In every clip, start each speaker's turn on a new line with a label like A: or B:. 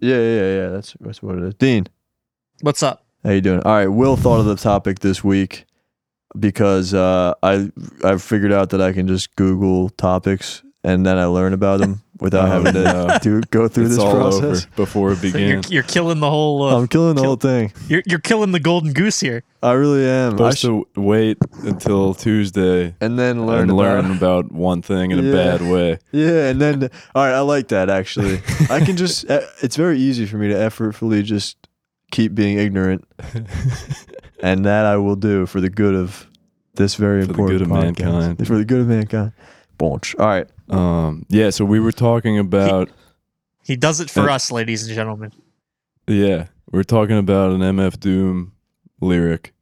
A: Yeah, yeah, yeah. That's that's what it is. Dean,
B: What's up?
A: how you doing? All right. Will thought of the topic this week because uh, I I figured out that I can just Google topics and then I learn about them without
C: Oh,
A: having to
C: no.
A: do, go through
C: it's
A: this
C: all
A: process.
C: over before it
B: So you're,
C: begins.
B: you're killing the whole. Uh,
A: I'm killing the
B: Kill-
A: whole thing.
B: you're you're killing the golden goose here.
A: I really am. I
C: supposed
A: sh-
C: to wait until Tuesday
A: and then learn
C: and
A: about-
C: learn about one thing in a
A: Yeah.
C: bad way.
A: Yeah, and then all right, I like that actually. I can just uh, it's very easy for me to effortfully just keep being ignorant, and that I will do for the good of this very
C: For the
A: important
C: good of
A: podcast.
C: mankind.
A: For the good of mankind. Bonch. All right.
C: Um, yeah, so we were talking about
B: He does it for
C: Uh,
B: us, ladies and gentlemen.
C: yeah, we were talking about an MF Doom lyric,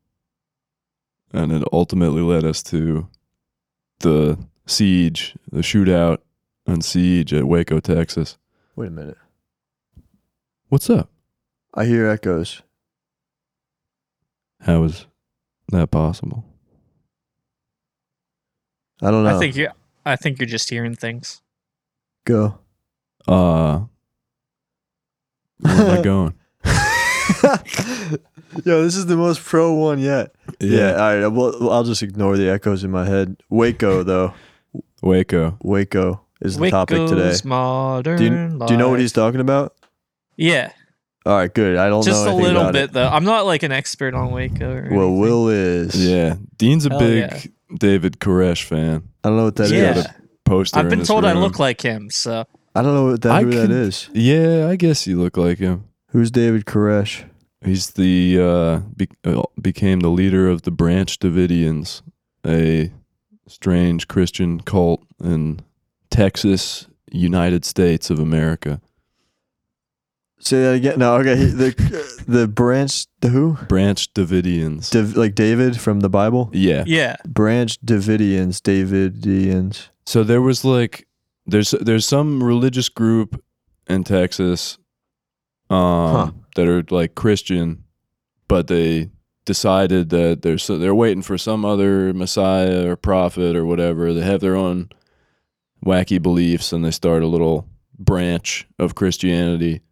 C: and it ultimately led us to the siege, the shootout, and siege at Waco, Texas.
A: Wait a minute.
C: What's up?
A: I hear echoes.
C: How is that possible?
A: I don't know.
B: I think you. I think you're just hearing things.
A: go.
C: Uh, where am I going?
A: Yo, this is the most pro one yet. Yeah. all right. Well, I'll just ignore the echoes in my head. Waco though.
C: Waco.
A: Waco is the topic today.
B: Waco's modern.
A: Do you, do you know what
B: life.
A: he's talking about?
B: Yeah,
A: All right, good. I don't
B: just
A: know
B: a
A: anything
B: little
A: about it.
B: bit though. I'm not like an expert on Waco. Or
A: Well,
B: anything.
A: Will is.
C: Yeah, Dean's a
B: Hell
C: big
B: yeah.
C: David Koresh fan.
A: I don't know what that is.
B: yeah.
C: got a Poster.
B: I've
C: in
B: been
C: his
B: told I
C: room.
B: look like him. So
A: I don't know what that,
C: I
A: who that
C: can-
A: is.
C: Yeah, I guess you look like him.
A: Who's David Koresh?
C: He's the uh, be- uh, became the leader of the Branch Davidians, a strange Christian cult in Texas, United States of America.
A: Say that again. No, okay. he- The the branch the who?
C: Branch Davidians.
A: Div, like David from the Bible.
C: yeah.
B: yeah,
A: Branch Davidians, Davidians.
C: So there was like there's there's some religious group in Texas um
A: Huh.
C: that are like Christian but they decided that they're so they're waiting for some other messiah or prophet or whatever. They have their own wacky beliefs and they start a little branch of Christianity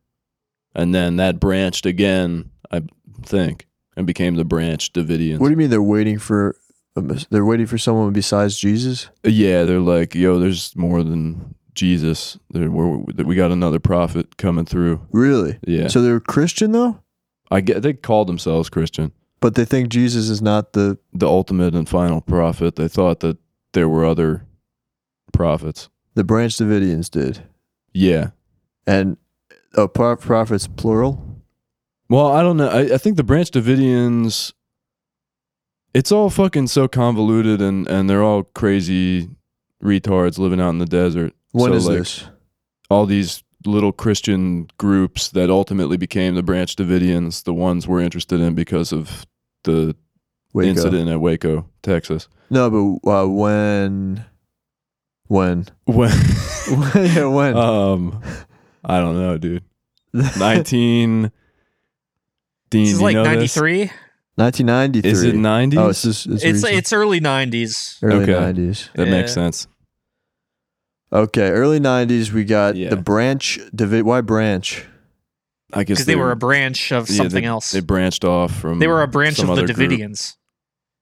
C: and then that branched again, I think, and became the branch Davidians.
A: What do you mean they're waiting for? a mes- They're waiting for someone besides Jesus.
C: Yeah, they're like, yo, there's more than Jesus. There, we're, we got another prophet coming through.
A: Really?
C: Yeah,
A: So they're Christian though,
C: I get they called themselves Christian,
A: but they think Jesus is not the.
C: the ultimate and final prophet. They thought that there were other prophets.
A: The Branch Davidians did,
C: Yeah.
A: and uh, pro- prophets plural.
C: Well, I don't know. I, I think the Branch Davidians. It's all fucking so convoluted, and and they're all crazy retards living out in the desert.
A: When
C: So,
A: is
C: like,
A: this?
C: all these little Christian groups that ultimately became the Branch Davidians, the ones we're interested in because of the
A: Waco.
C: incident at Waco, Texas.
A: No, but uh, when, when,
C: When,
A: yeah, when?
C: um, I don't know, dude. Nineteen. Dean,
B: this is
C: you
B: like
C: know this?
B: '93.
A: 1993.
C: Is it ninety?
A: Oh, it's just it's,
B: It's
A: recent.
B: it's early '90s.
A: early
C: okay.
A: 90s.
C: that makes
B: Yeah.
C: sense.
A: Okay, early 90s. We got
C: Yeah.
A: the branch. Divi- why branch?
C: I guess
B: because they were a branch of
C: yeah,
B: something
C: they-
B: else.
C: They branched off from.
B: They were a branch
C: some
B: of the
C: other group.
B: Davidians.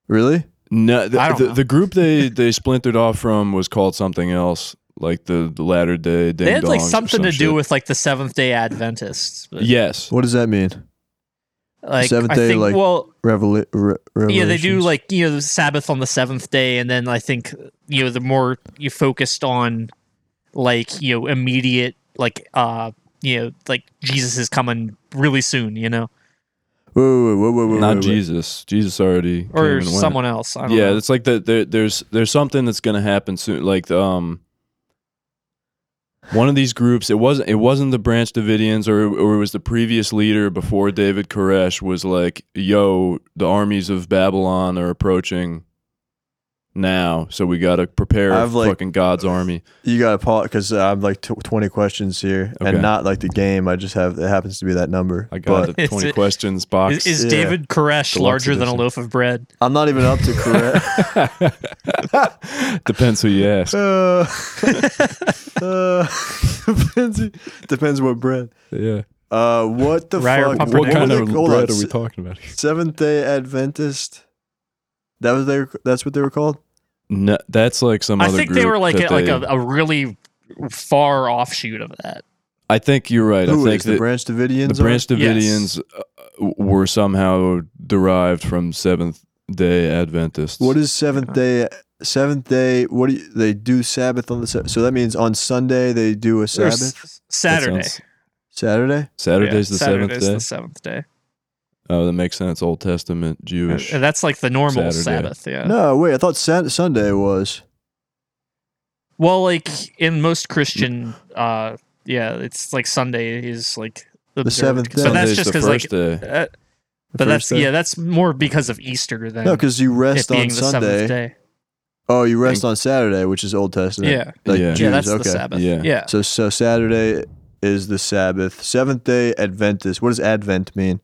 A: Really?
C: No, the,
B: I don't
C: the,
B: know.
C: the group they they splintered off from was called something else, like the, the latter day.
B: They had like
C: Ding Dongs or
B: something to
C: some
B: do
C: shit.
B: with like the Seventh Day Adventists. but,
C: Yes.
A: What does that mean?
B: like
A: Seventh
B: I
A: Day,
B: think
A: like,
B: well,
A: Revela- re-
B: yeah, they do
A: Revelations?
B: like you know the Sabbath on the seventh day, and then I think you know the more you focused on like you know immediate like uh you know like Jesus is coming really soon, you know,
A: Wait, wait, wait, wait, wait,
C: Not
A: wait, wait.
C: Jesus. Jesus already. came
B: or
C: and went.
B: someone else. I don't
C: Yeah,
B: know.
C: it's like that. There, there's there's something that's gonna happen soon. Like um, one of these groups. It wasn't it wasn't the Branch Davidians, or or it was the previous leader before David Koresh was like, "Yo, the armies of Babylon are approaching." Now, so we gotta prepare
A: I've, like-
C: fucking God's army.
A: You got to pause because I'm like tw 20 questions here, and
C: Okay.
A: not like the game. I just have it happens to be that number.
C: I got
A: But
C: the
B: Is
C: twenty
B: it-
C: questions box.
B: Is, is
A: Yeah.
B: David Koresh
C: Deluxe
B: larger than a
C: edition.
B: loaf of bread?
A: I'm not even up to correct.
C: Depends who you ask.
A: uh, uh, depends. Depends what bread.
C: Yeah.
A: Uh, what the
B: Rye or
A: fuck?
B: pumpernickel?
C: What kind
A: were
C: of
A: they called?
C: bread are we
A: Se-
C: talking about? Here?
A: Seventh Day Adventist. That was their. That's what they were called.
C: No, that's like some.
B: I
C: other
B: think they
C: group
B: were like
C: that
B: a, like
C: they-
B: a, a really far offshoot of that.
C: I think you're right.
A: Who
C: I think
A: is the
C: that
A: Branch Davidians?
C: the
A: are?
C: Branch
B: Yes.
C: Davidians uh, w- were somehow derived from Seventh Day Adventists.
A: What is Seventh Day? Seventh Day. What do you, they do? Sabbath on the Sab- so that means on Sunday they do a
B: Or
A: Sabbath.
B: s-
C: That
B: Saturday.
C: sounds-
A: Saturday.
C: Saturday's
B: Yeah, Saturday's
C: the seventh day.
B: the seventh day.
C: oh, that makes sense. Old Testament
B: And
C: Jewish.
B: and that's like the normal
C: Saturday.
B: Sabbath. Yeah.
A: No, wait. I thought Sat- Sunday was.
B: Well, like in most Christian, uh, yeah, it's like Sunday is like
A: seventh
B: observed.
A: day.
B: But that's
C: Sunday's
B: just
C: the
B: because like,
C: first day.
B: uh,
A: the
B: but that's
A: first day.
B: yeah, that's more because of Easter than
A: No, because you
B: it
A: rest
B: being
A: on
B: the seventh
A: Sunday.
B: day.
A: Oh, you rest on Saturday, which is Old Testament.
B: Yeah,
A: Like
C: Yeah.
A: Jews.
B: yeah, that's
A: okay.
B: the Sabbath.
C: Yeah.
B: Yeah,
A: So so Saturday is the Sabbath. Seventh day Adventist. What does Advent mean?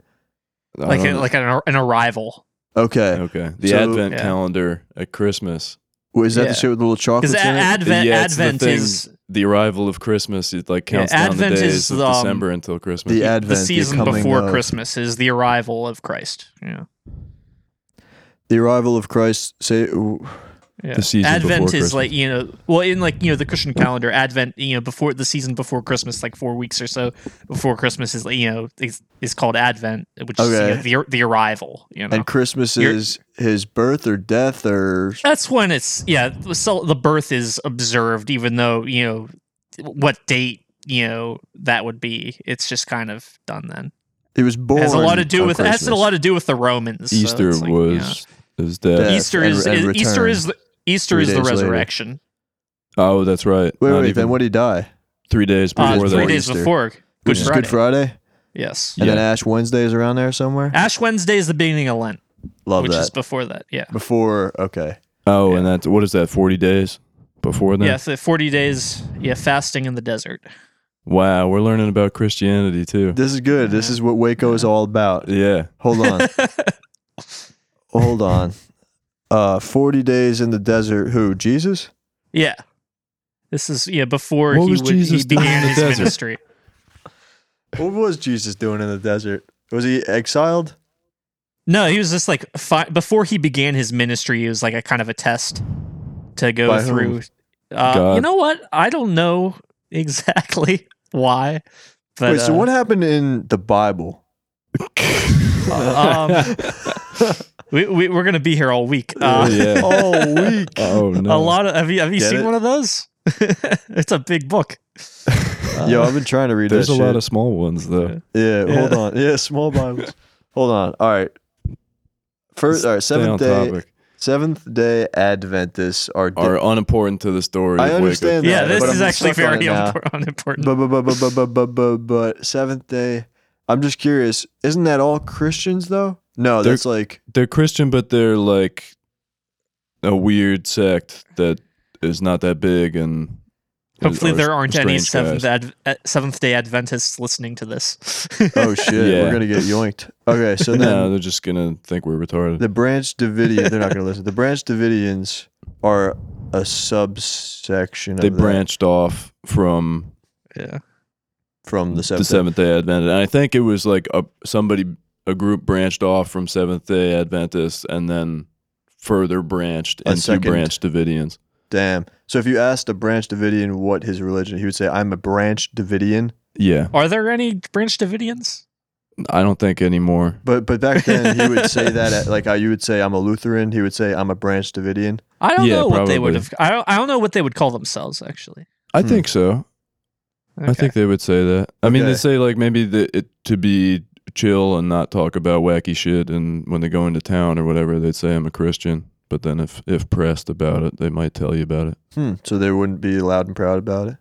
C: I
B: like
C: don't
B: a,
C: know.
B: like an, an arrival.
A: Okay.
C: okay, the
A: So-
C: Advent
B: Yeah.
C: calendar at Christmas.
A: Well, is that
B: Yeah.
A: the shit with the little chocolates
B: Because
A: in it?
B: Advent,
C: Yeah, it's the
B: Advent
C: thing-
B: is
C: The arrival of Christmas. It like
B: Yeah,
C: counts down the
B: Advent
C: days
B: is
C: of
B: the, um,
C: December until Christmas.
A: the Advent,
B: the season
A: coming
B: before
A: of-
B: Christmas is the arrival of Christ. Yeah,
A: The arrival of Christ. Say,
B: yeah.
C: The season
B: Advent
C: before
B: is
C: Christmas.
B: like you know, well, in like you know the Christian calendar, Advent you know before the season before Christmas, like four weeks or so before Christmas is like, you know is, is called Advent, which
A: Okay.
B: is you know, the the arrival. You
C: Oh.
B: know,
A: and Christmas
B: You're-
A: is his birth or death or
B: that's when it's yeah, the cel- the birth is observed, even though you know what date you know that would be. It's just kind of done then.
A: he was born.
B: It has a lot to do
A: on
B: with it has a
A: Christmas.
B: lot to do with the Romans. so
C: Easter
B: it's like, yeah.
C: was is death.
A: Death.
B: Easter
A: and-
B: is,
A: and
B: is- Easter
A: return
B: is the, Easter
A: three
B: is the
A: days later.
B: resurrection.
C: Oh, that's right.
A: Wait,
C: Not
A: wait.
C: even
A: Then what did he die?
C: Three days
B: Uh,
C: before
A: Before
B: three
A: that.
C: that.
B: days
A: Easter.
B: before Good
A: Which is
B: Friday.
A: Good Friday,
B: Yes.
A: and then
C: Yeah.
A: Ash Wednesday is around there somewhere.
B: Ash Wednesday is the beginning of Lent,
A: Love
B: which is
A: that.
B: before that. Yeah.
A: Before okay,
C: Oh, and that's what is that? Forty days before that.
B: Yeah, so 40 days, yeah, fasting in the desert.
C: Wow, we're learning about Christianity too.
A: this is good. This is what Waco is all about.
C: Yeah.
A: Hold on, hold on. Uh, forty days in the desert. Who? Jesus?
B: yeah. This is yeah before
C: What
B: he,
C: was
B: would,
C: Jesus
B: he
C: doing in
B: began
C: the
B: his
C: desert?
B: ministry.
A: What was Jesus doing in the desert? Was he exiled?
B: No, he was just like fi- before he began his ministry, it was like a kind of a test to go
A: By whom?
B: through. Uh,
C: God.
B: you know what? I don't know exactly why, but
A: Wait. so
B: uh,
A: what happened in the Bible?
B: um, we, we we're gonna be here all week. Uh,
C: Oh, yeah.
A: All week.
C: Oh
B: A
C: no.
B: lot of have you have you
A: Get
B: seen
A: it?
B: one of those? it's a big book.
A: Yo, I've been trying to read
C: There's
A: that
C: a lot
A: shit.
C: of small ones though.
A: Yeah,
B: Yeah.
A: hold on. Yeah, small Bibles. hold on. All right. First, all right.
C: Stay on
A: Seventh day,
C: topic.
A: Seventh Day Adventists are. di-
C: Are unimportant to the story.
A: I
C: of Waco.
A: understand
B: Yeah,
A: that.
B: this
A: but
B: is
A: I'm
B: actually
A: stuck on
B: very
A: it now.
B: impor- unimportant.
A: But but but but but but but but but Seventh Day. I'm just curious. Isn't that all Christians though? No,
C: They're-
A: that's like
C: They're Christian, but they're like a weird sect that is not that big and.
B: Hopefully,
C: are
B: there aren't any
C: strange
B: seventh
C: guys.
B: Ad- uh, Seventh Day Adventists listening to this.
A: oh shit,
C: Yeah.
A: we're gonna get yoinked. Okay, so then
C: No, they're just gonna think we're retarded.
A: the Branch Davidian. They're not gonna listen. The Branch Davidians are a subsection.
C: they
A: of that
C: branched off from
B: yeah,
A: from the
C: the
A: Seventh. Day.
C: Seventh Day Adventist, and I think it was like a somebody a group branched off from Seventh Day Adventists, and then further branched
A: A
C: into
A: second.
C: Branch Davidians.
A: Damn. So if you asked a Branch Davidian what his religion, he would say, "I'm a Branch Davidian."
C: Yeah,
B: are there any Branch Davidians?
C: I don't think anymore.
A: But but back then he would say that at, like how you would say I'm a Lutheran, he would say I'm a Branch Davidian.
B: I don't
C: Yeah,
B: know what they would
C: probably.
B: have. I don't, I don't know what they would call themselves actually.
C: I
A: Hmm.
C: think so. I
B: Okay.
C: think they would say that. I mean,
A: Okay.
C: they say like maybe the, it, to be chill and not talk about wacky shit, and when they go into town or whatever, they'd say I'm a Christian. But then if if pressed about it, they might tell you about it.
A: Hmm. So they wouldn't be loud and proud about it.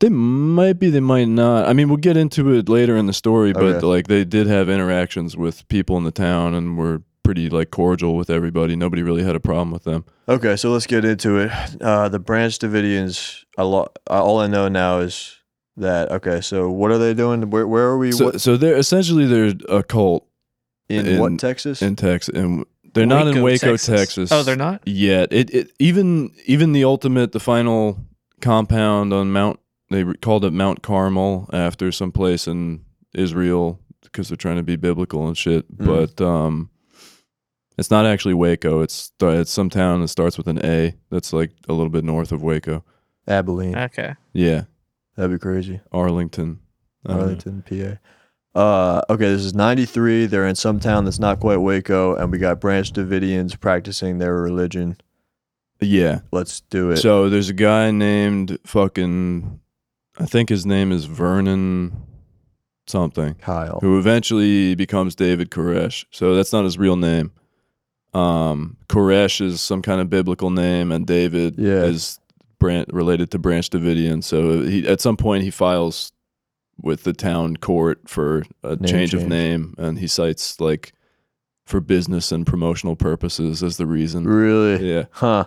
C: They might be, they might not. I mean, we'll get into it later in the story, but
A: Okay.
C: like they did have interactions with people in the town and were pretty like cordial with everybody. Nobody really had a problem with them.
A: Okay, so let's get into it. Uh, the Branch Davidians. I lo- I- all I know now is that. Okay, so what are they doing? Where where are we?
C: So,
A: what,
C: so they're essentially they're a cult
A: in,
C: in-
A: what Texas?
C: in Texas, and they're not in Waco, Texas.
B: Oh, they're not.
C: yet. It, it even even the ultimate, the final compound on Mount. They re- called it Mount Carmel after some place in Israel because they're trying to be biblical and shit.
A: Mm.
C: But um, it's not actually Waco. It's it's some town that starts with an A. That's like a little bit north of Waco.
A: Abilene.
B: Okay.
C: Yeah,
A: That'd be crazy.
C: Arlington. I don't know.
A: Arlington, PA. Uh, okay, this is 93. They're in some town that's not quite Waco, and we got Branch Davidians practicing their religion.
C: Yeah.
A: Let's do it.
C: So there's a guy named fucking, I think his name is Vernon something,
A: Kyle.
C: who eventually becomes David Koresh. So that's not his real name. Um, Koresh is some kind of biblical name, and David
A: Yeah.
C: is branch related to Branch Davidian. So he, at some point he files with the town court for a
A: Name
C: change of
A: change.
C: name, and he cites like for business and promotional purposes as the reason.
A: Really?
C: Yeah.
A: Huh.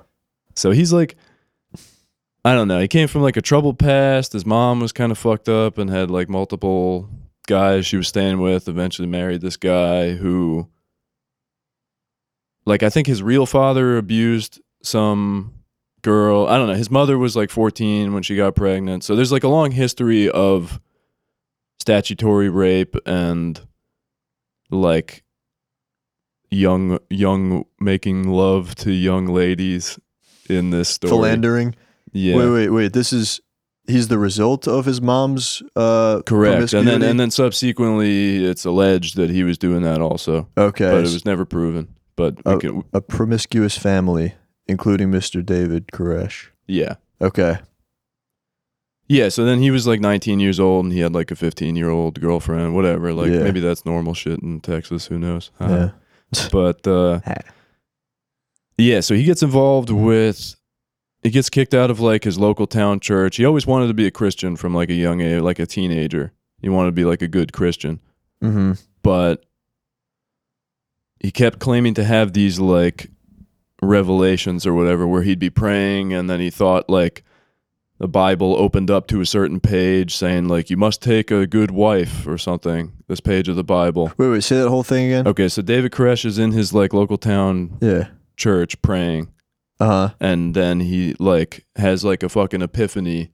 C: So he's like, I don't know. He came from like a troubled past. His mom was kind of fucked up and had like multiple guys she was staying with. Eventually married this guy who, like, I think his real father abused some girl. I don't know. His mother was like 14 when she got pregnant. So there's like a long history of statutory rape and like young young making love to young ladies in this story.
A: Philandering.
C: Yeah.
A: Wait, wait, wait. This is he's the result of his mom's uh
C: Correct. And then
A: promiscuity?
C: and then subsequently it's alleged that he was doing that also.
A: okay.
C: But it was never proven. But we
A: Oh.
C: can
A: a promiscuous family including Mr. David Koresh.
C: yeah.
A: Okay.
C: Yeah, so then he was like 19 years old and he had like a 15-year-old girlfriend, whatever. Like
A: Yeah.
C: maybe that's normal shit in Texas, who knows. I don't know.
A: Yeah.
C: but uh,
A: Ha.
C: yeah, so he gets involved with. He gets kicked out of like his local town church. He always wanted to be a Christian from like a young age, like a teenager. He wanted to be like a good Christian,
A: Mm-hmm.
C: but he kept claiming to have these like revelations or whatever where he'd be praying and then he thought like the Bible opened up to a certain page saying like you must take a good wife or something. This page of the Bible.
A: Wait, wait. Say that whole thing again.
C: Okay, so David Koresh is in his like local town
A: Yeah.
C: church praying,
A: Uh huh.
C: and then he like has like a fucking epiphany,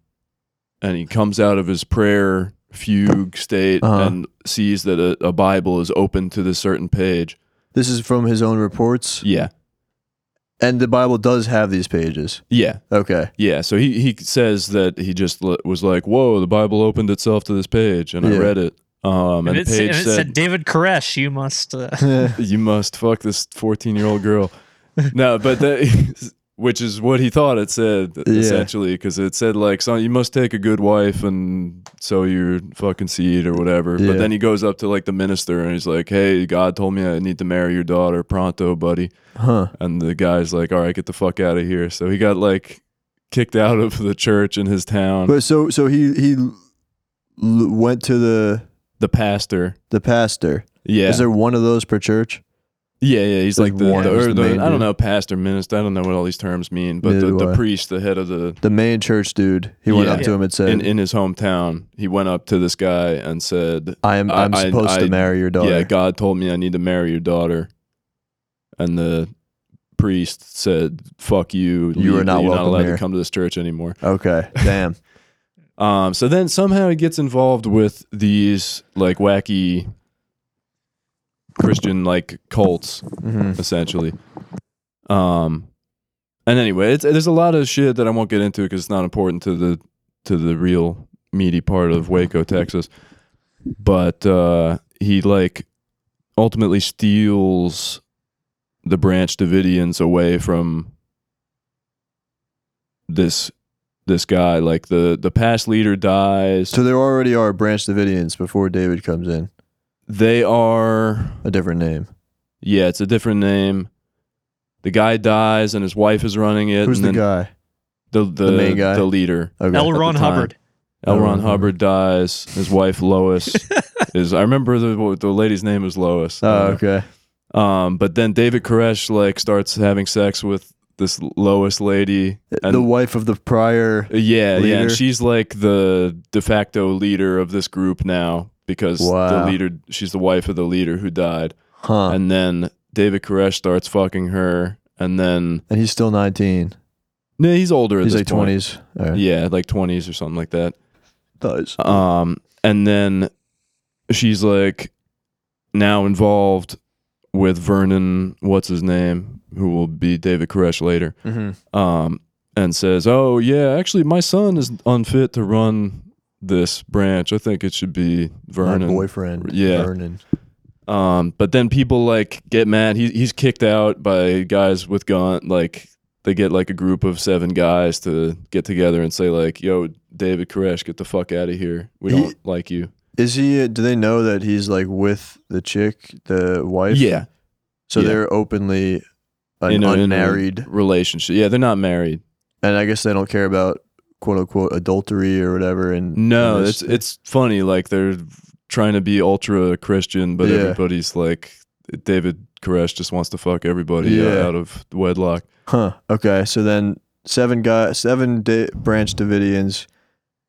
C: and he comes out of his prayer fugue state
A: Uh-huh.
C: and sees that a, a Bible is open to this certain page.
A: This is from his own reports,
C: Yeah,
A: and the Bible does have these pages.
C: yeah,
A: Okay.
C: yeah. So he he says that he just l- was like, "Whoa, the Bible opened itself to this page," and I
A: Yeah.
C: read it.
B: And,
C: Um, and,
B: it,
C: the
B: sa-
C: page
B: and it
C: said,
B: said, David Koresh, you must. Uh,
A: yeah.
C: you must fuck this 14 year old girl no but that which is what he thought it said
A: Yeah.
C: essentially because it said like so you must take a good wife and sow your fucking seed or whatever
A: Yeah.
C: but then he goes up to like the minister and he's like hey god told me i need to marry your daughter pronto buddy
A: Huh.
C: and the guy's like all right get the fuck out of here so he got like kicked out of the church in his town
A: But so so he he l- went to the
C: the pastor
A: the pastor.
C: yeah
A: Is there one of those per church?
C: Yeah, yeah, he's
A: There's
C: like the,
A: one
C: the,
A: who's
C: or
A: the
C: the-
A: main
C: I
A: dude.
C: don't know, pastor, minister. I don't know what all these terms mean, but
A: Neither
C: the,
A: do I.
C: the priest, the head of the
A: The main church dude. He went
C: Yeah.
A: up to him and said,
C: in, in his hometown, he went up to this guy and said,
A: "I am
C: I-
A: I'm
C: I-
A: supposed
C: I-
A: to marry your daughter."
C: "Yeah, God told me I need to marry your daughter," and the priest said, "Fuck you,
A: You are not
C: leave- you're not
A: welcome
C: allowed
A: here."
C: to come to this church anymore."
A: Okay. Damn.
C: Um, so then somehow he gets involved with these like wacky Christian like cults
A: hmm
C: essentially. Um, and anyway, it's, there's a lot of shit that I won't get into because it's not important to the to the real meaty part of Waco, Texas. But uh, he like ultimately steals the Branch Davidians away from this this guy. Like the the past leader dies.
A: So there already are Branch Davidians before David comes in.
C: they are
A: A different name.
C: yeah, it's a different name. The guy dies and his wife is running it.
A: Who's
C: and
A: the
C: then
A: guy?
C: the the,
A: The main guy?
C: the leader.
A: Okay.
B: L. Ron
C: time.
B: Hubbard.
C: L.
A: L.
C: Ron
A: Ron
C: Hubbard dies. His wife Lois is. I remember the the lady's name was Lois.
A: oh, okay.
C: Um, but then David Koresh like starts having sex with this Lois lady. And, uh,
A: the wife of the prior.
C: yeah, yeah,
A: leader?
C: and she's like the de facto leader of this group now because
A: Wow.
C: the leader. She's the wife of the leader who died,
A: Huh. And,
C: and then David Koresh starts fucking her, and then
A: he's still 19.
C: no, he's older. At
A: He's
C: this
A: like
C: point.
A: 20s. All right.
C: Uh, Yeah, like twenties or something like that.
A: Nice.
C: Um, and then she's like now involved with Vernon, what's his name, who will be David Koresh later,
A: Mm-hmm.
C: um, and says, "Oh yeah, actually, my son is unfit to run this branch. I think it should be
A: My
C: Vernon."
A: boyfriend.
C: Yeah.
A: Vernon.
C: Um, but then people like get mad. He, he's kicked out by guys with gun. Like they get like a group of seven guys to get together and say like, "Yo, David Koresh, get the fuck out of here. We
A: He-
C: don't like you."
A: Is he? uh, Do they know that he's like with the chick, the wife?
C: yeah,
A: So
C: yeah.
A: they're openly an
C: In a- in a-
A: unmarried,
C: relationship. Yeah, they're not married.
A: and I guess they don't care about quote unquote adultery or whatever. And
C: No,
A: and
C: it's it's funny. Like they're trying to be ultra Christian, but
A: Yeah.
C: everybody's like David Koresh just wants to fuck everybody uh,
A: Yeah.
C: out of wedlock.
A: huh. Okay, so then seven guy, seven da- branch Davidians.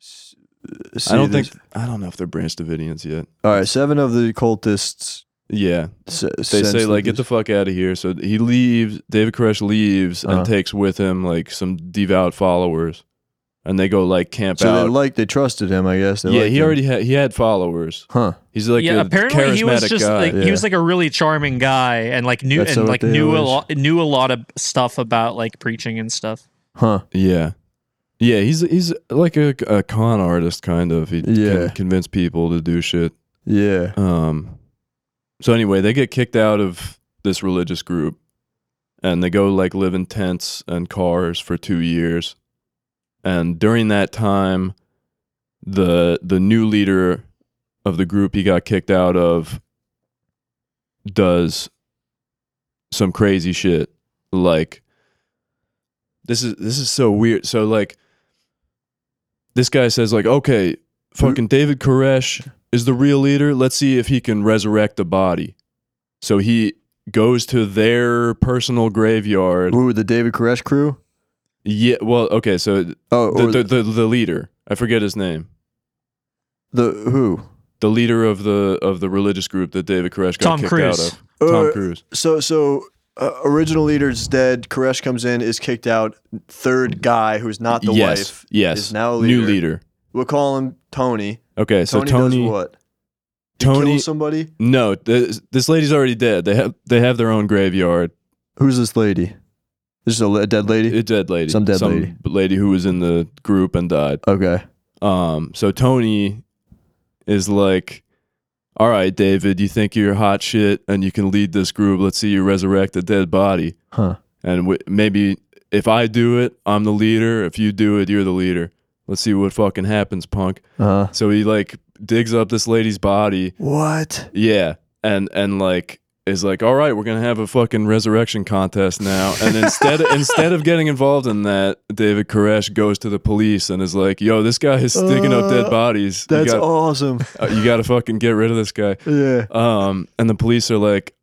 A: s- uh, see
C: I don't
A: this-
C: think I don't know if they're Branch Davidians yet.
A: All right, seven of the cultists.
C: Yeah,
A: s-
C: they
A: sense
C: say
A: that
C: like get the
A: this-
C: fuck out of here so he leaves david koresh leaves
A: Uh-huh.
C: and takes with him like some devout followers and they go like camp
A: so they
C: out
A: like they trusted him. I guess. They
C: yeah
A: liked
C: he
A: him.
C: already had he had followers
A: Huh.
C: he's like
B: yeah,
C: a
B: apparently
C: charismatic
B: he was just
C: guy
B: like
A: yeah.
B: he was like a really charming guy and like knew
A: That's
B: and
A: what
B: like
A: they
B: knew a
A: always-
B: lot knew a lot of stuff about like preaching and stuff.
A: Huh.
C: yeah yeah he's he's like a, a con artist kind of he
A: Yeah.
C: can convince people to do shit
A: Yeah.
C: Um, so anyway, they get kicked out of this religious group, and they go like live in tents and cars for two years. And during that time, the the new leader of the group he got kicked out of does some crazy shit. Like this is this is so weird. So like this guy says like, okay, fucking David Koresh is the real leader. Let's see if he can resurrect the body. So he goes to their personal graveyard.
A: Who the David Koresh crew?
C: Yeah, well, okay, so the,
A: Oh, or
C: the, the, the leader, I forget his name.
A: the who?
C: The leader of the of the religious group that David Koresh got
B: Tom
C: kicked
B: Cruise.
C: out of. Tom
A: Uh,
C: Cruise.
A: So so uh, original leader's dead. Koresh comes in, is kicked out. Third guy who's not the
C: yes.
A: wife.
C: yes.
A: is now a
C: New
A: leader.
C: leader.
A: We'll call him Tony.
C: Okay, so
A: Tony, does
C: Tony
A: what? He
C: Tony,
A: kills somebody.
C: No, this, this lady's already dead. They have they have their own graveyard.
A: Who's this lady? This is a, a dead lady.
C: A dead lady.
A: Some dead lady.
C: lady who was in the group and died.
A: okay.
C: Um, so Tony is like, "All right, David, you think you're hot shit and you can lead this group. Let's see you resurrect a dead body,
A: Huh.
C: and w- maybe if I do it, I'm the leader. If you do it, you're the leader. Let's see what fucking happens, punk."
A: Uh.
C: So he like digs up this lady's body,
A: What?
C: yeah, and and like is like, "All right, we're gonna have a fucking resurrection contest now." And instead instead of getting involved in that, David Koresh goes to the police and is like, "Yo, this guy is digging up dead
A: Uh,
C: bodies. You
A: That's
C: got-
A: awesome.
C: uh, you got to fucking get rid of this guy.
A: yeah.
C: Um, and the police are like,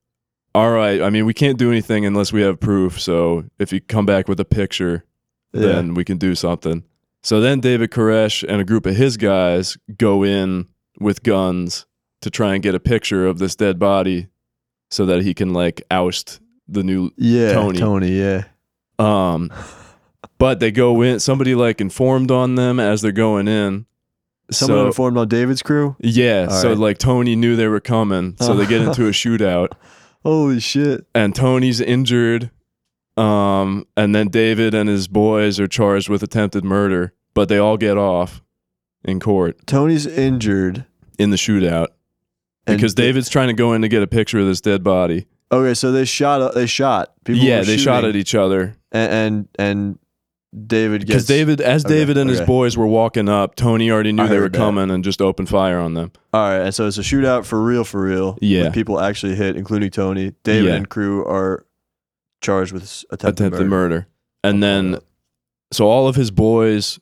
C: all right, I mean, we can't do anything unless we have proof. So if you come back with a picture,
A: Yeah.
C: then we can do something. So then David Koresh and a group of his guys go in with guns to try and get a picture of this dead body so that he can like oust the new
A: Yeah.
C: Tony.
A: Tony. Yeah.
C: um, but they go in somebody like informed on them as they're going in.
A: Someone
C: So-
A: informed on David's crew.
C: yeah,
A: All
C: so
A: right.
C: like Tony knew they were coming, so they get into a shootout,
A: Holy shit.
C: and Tony's injured, um, and then David and his boys are charged with attempted murder, but they all get off in court
A: Tony's injured
C: in the shootout
A: and
C: because David's trying to go in to get a picture of this dead body.
A: Okay, so they shot. They shot. People
C: yeah,
A: were
C: they shot
A: shooting.
C: at e- each other
A: and and, and David
C: because
A: gets
C: David, as
A: Okay,
C: David and his
A: okay.
C: boys were walking up, Tony already knew
A: I
C: they were
A: heard that.
C: coming and just opened fire on them.
A: All right, and so it's a shootout for real, for real. with
C: Yeah.
A: people actually hit, including Tony. David
C: Yeah.
A: and crew are charged with s- attempted,
C: attempted
A: murder.
C: murder. And then so all of his boys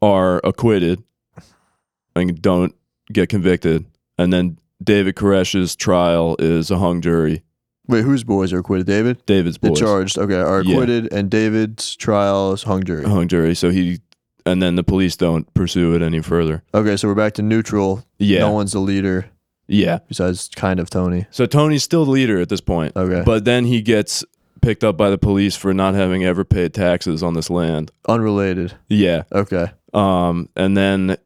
C: are acquitted and don't get convicted. And then David Koresh's trial is a hung jury.
A: Wait, whose boys are acquitted? David.
C: David's
A: The
C: boys
A: charged. Okay, are
C: Yeah. Uh-huh.
A: acquitted, and David's trial is hung jury.
C: hung jury. So he and then the police don't pursue it any further.
A: Okay, so we're back to neutral.
C: Yeah,
A: No one's the leader
C: yeah.
A: besides kind of Tony.
C: So Tony's still the leader at this point,
A: Okay,
C: but then he gets picked up by the police for not having ever paid taxes on this land. um,
A: unrelated.
C: Yeah.
A: Okay,
C: Um, and then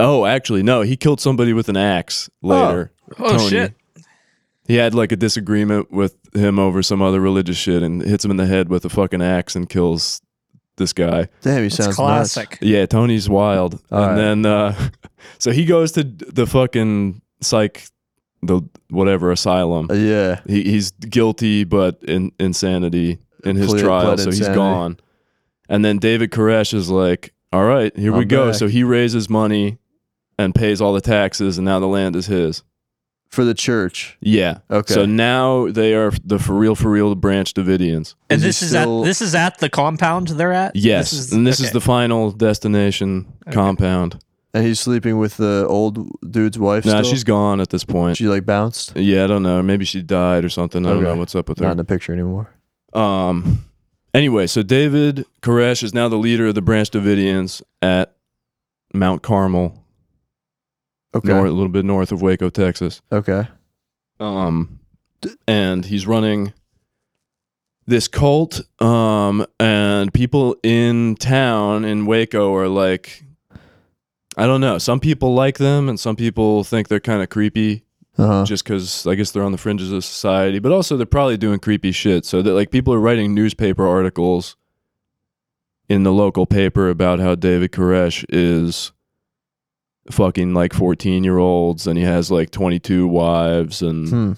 C: Oh, actually, no. He killed somebody with an axe later.
B: Oh,
C: Tony.
B: shit.
C: He had like a disagreement with him over some other religious shit and hits him in the head with a fucking axe and kills this guy.
A: Damn, he
B: That's
A: sounds
B: classic.
C: Yeah, Tony's wild.
A: All
C: and
A: right.
C: then uh so he goes to the fucking psych the whatever asylum.
A: nuts. Uh, yeah,
C: He he's guilty but in insanity in his
A: Ple-
C: trial,
A: pled
C: so he's
A: insanity.
C: gone. And then David Koresh is like, "All right, here we
A: I'm
C: go."
A: back.
C: So he raises money and pays all the taxes and now the land is his.
A: for the church.
C: Yeah.
A: Okay.
C: So now they are the for real for real branch Davidians.
B: And
A: Is he
B: this is
A: still-
B: at this is at the compound they're at.
C: Yes. and this is
B: okay.
C: the final destination compound.
A: and he's sleeping with the old dude's wife.
C: Now
A: still?
C: she's gone at this point.
A: she like bounced.
C: Yeah, I don't know. Maybe she died or something. I don't
A: Okay.
C: know what's up with
A: Not in
C: her.
A: the picture anymore.
C: Um. Anyway, so David Koresh is now the leader of the Branch Davidians at Mount Carmel,
A: Okay.
C: north, a little bit north of Waco, Texas.
A: Okay.
C: Um, and he's running this cult. Um, and people in town in Waco are like, I don't know. Some people like them, and some people think they're kind of creepy.
A: Uh huh.
C: just because I guess they're on the fringes of society, but also they're probably doing creepy shit. So that like people are writing newspaper articles in the local paper about how David Koresh is fucking like 14 year olds and he has like 22 wives and
A: Hmm.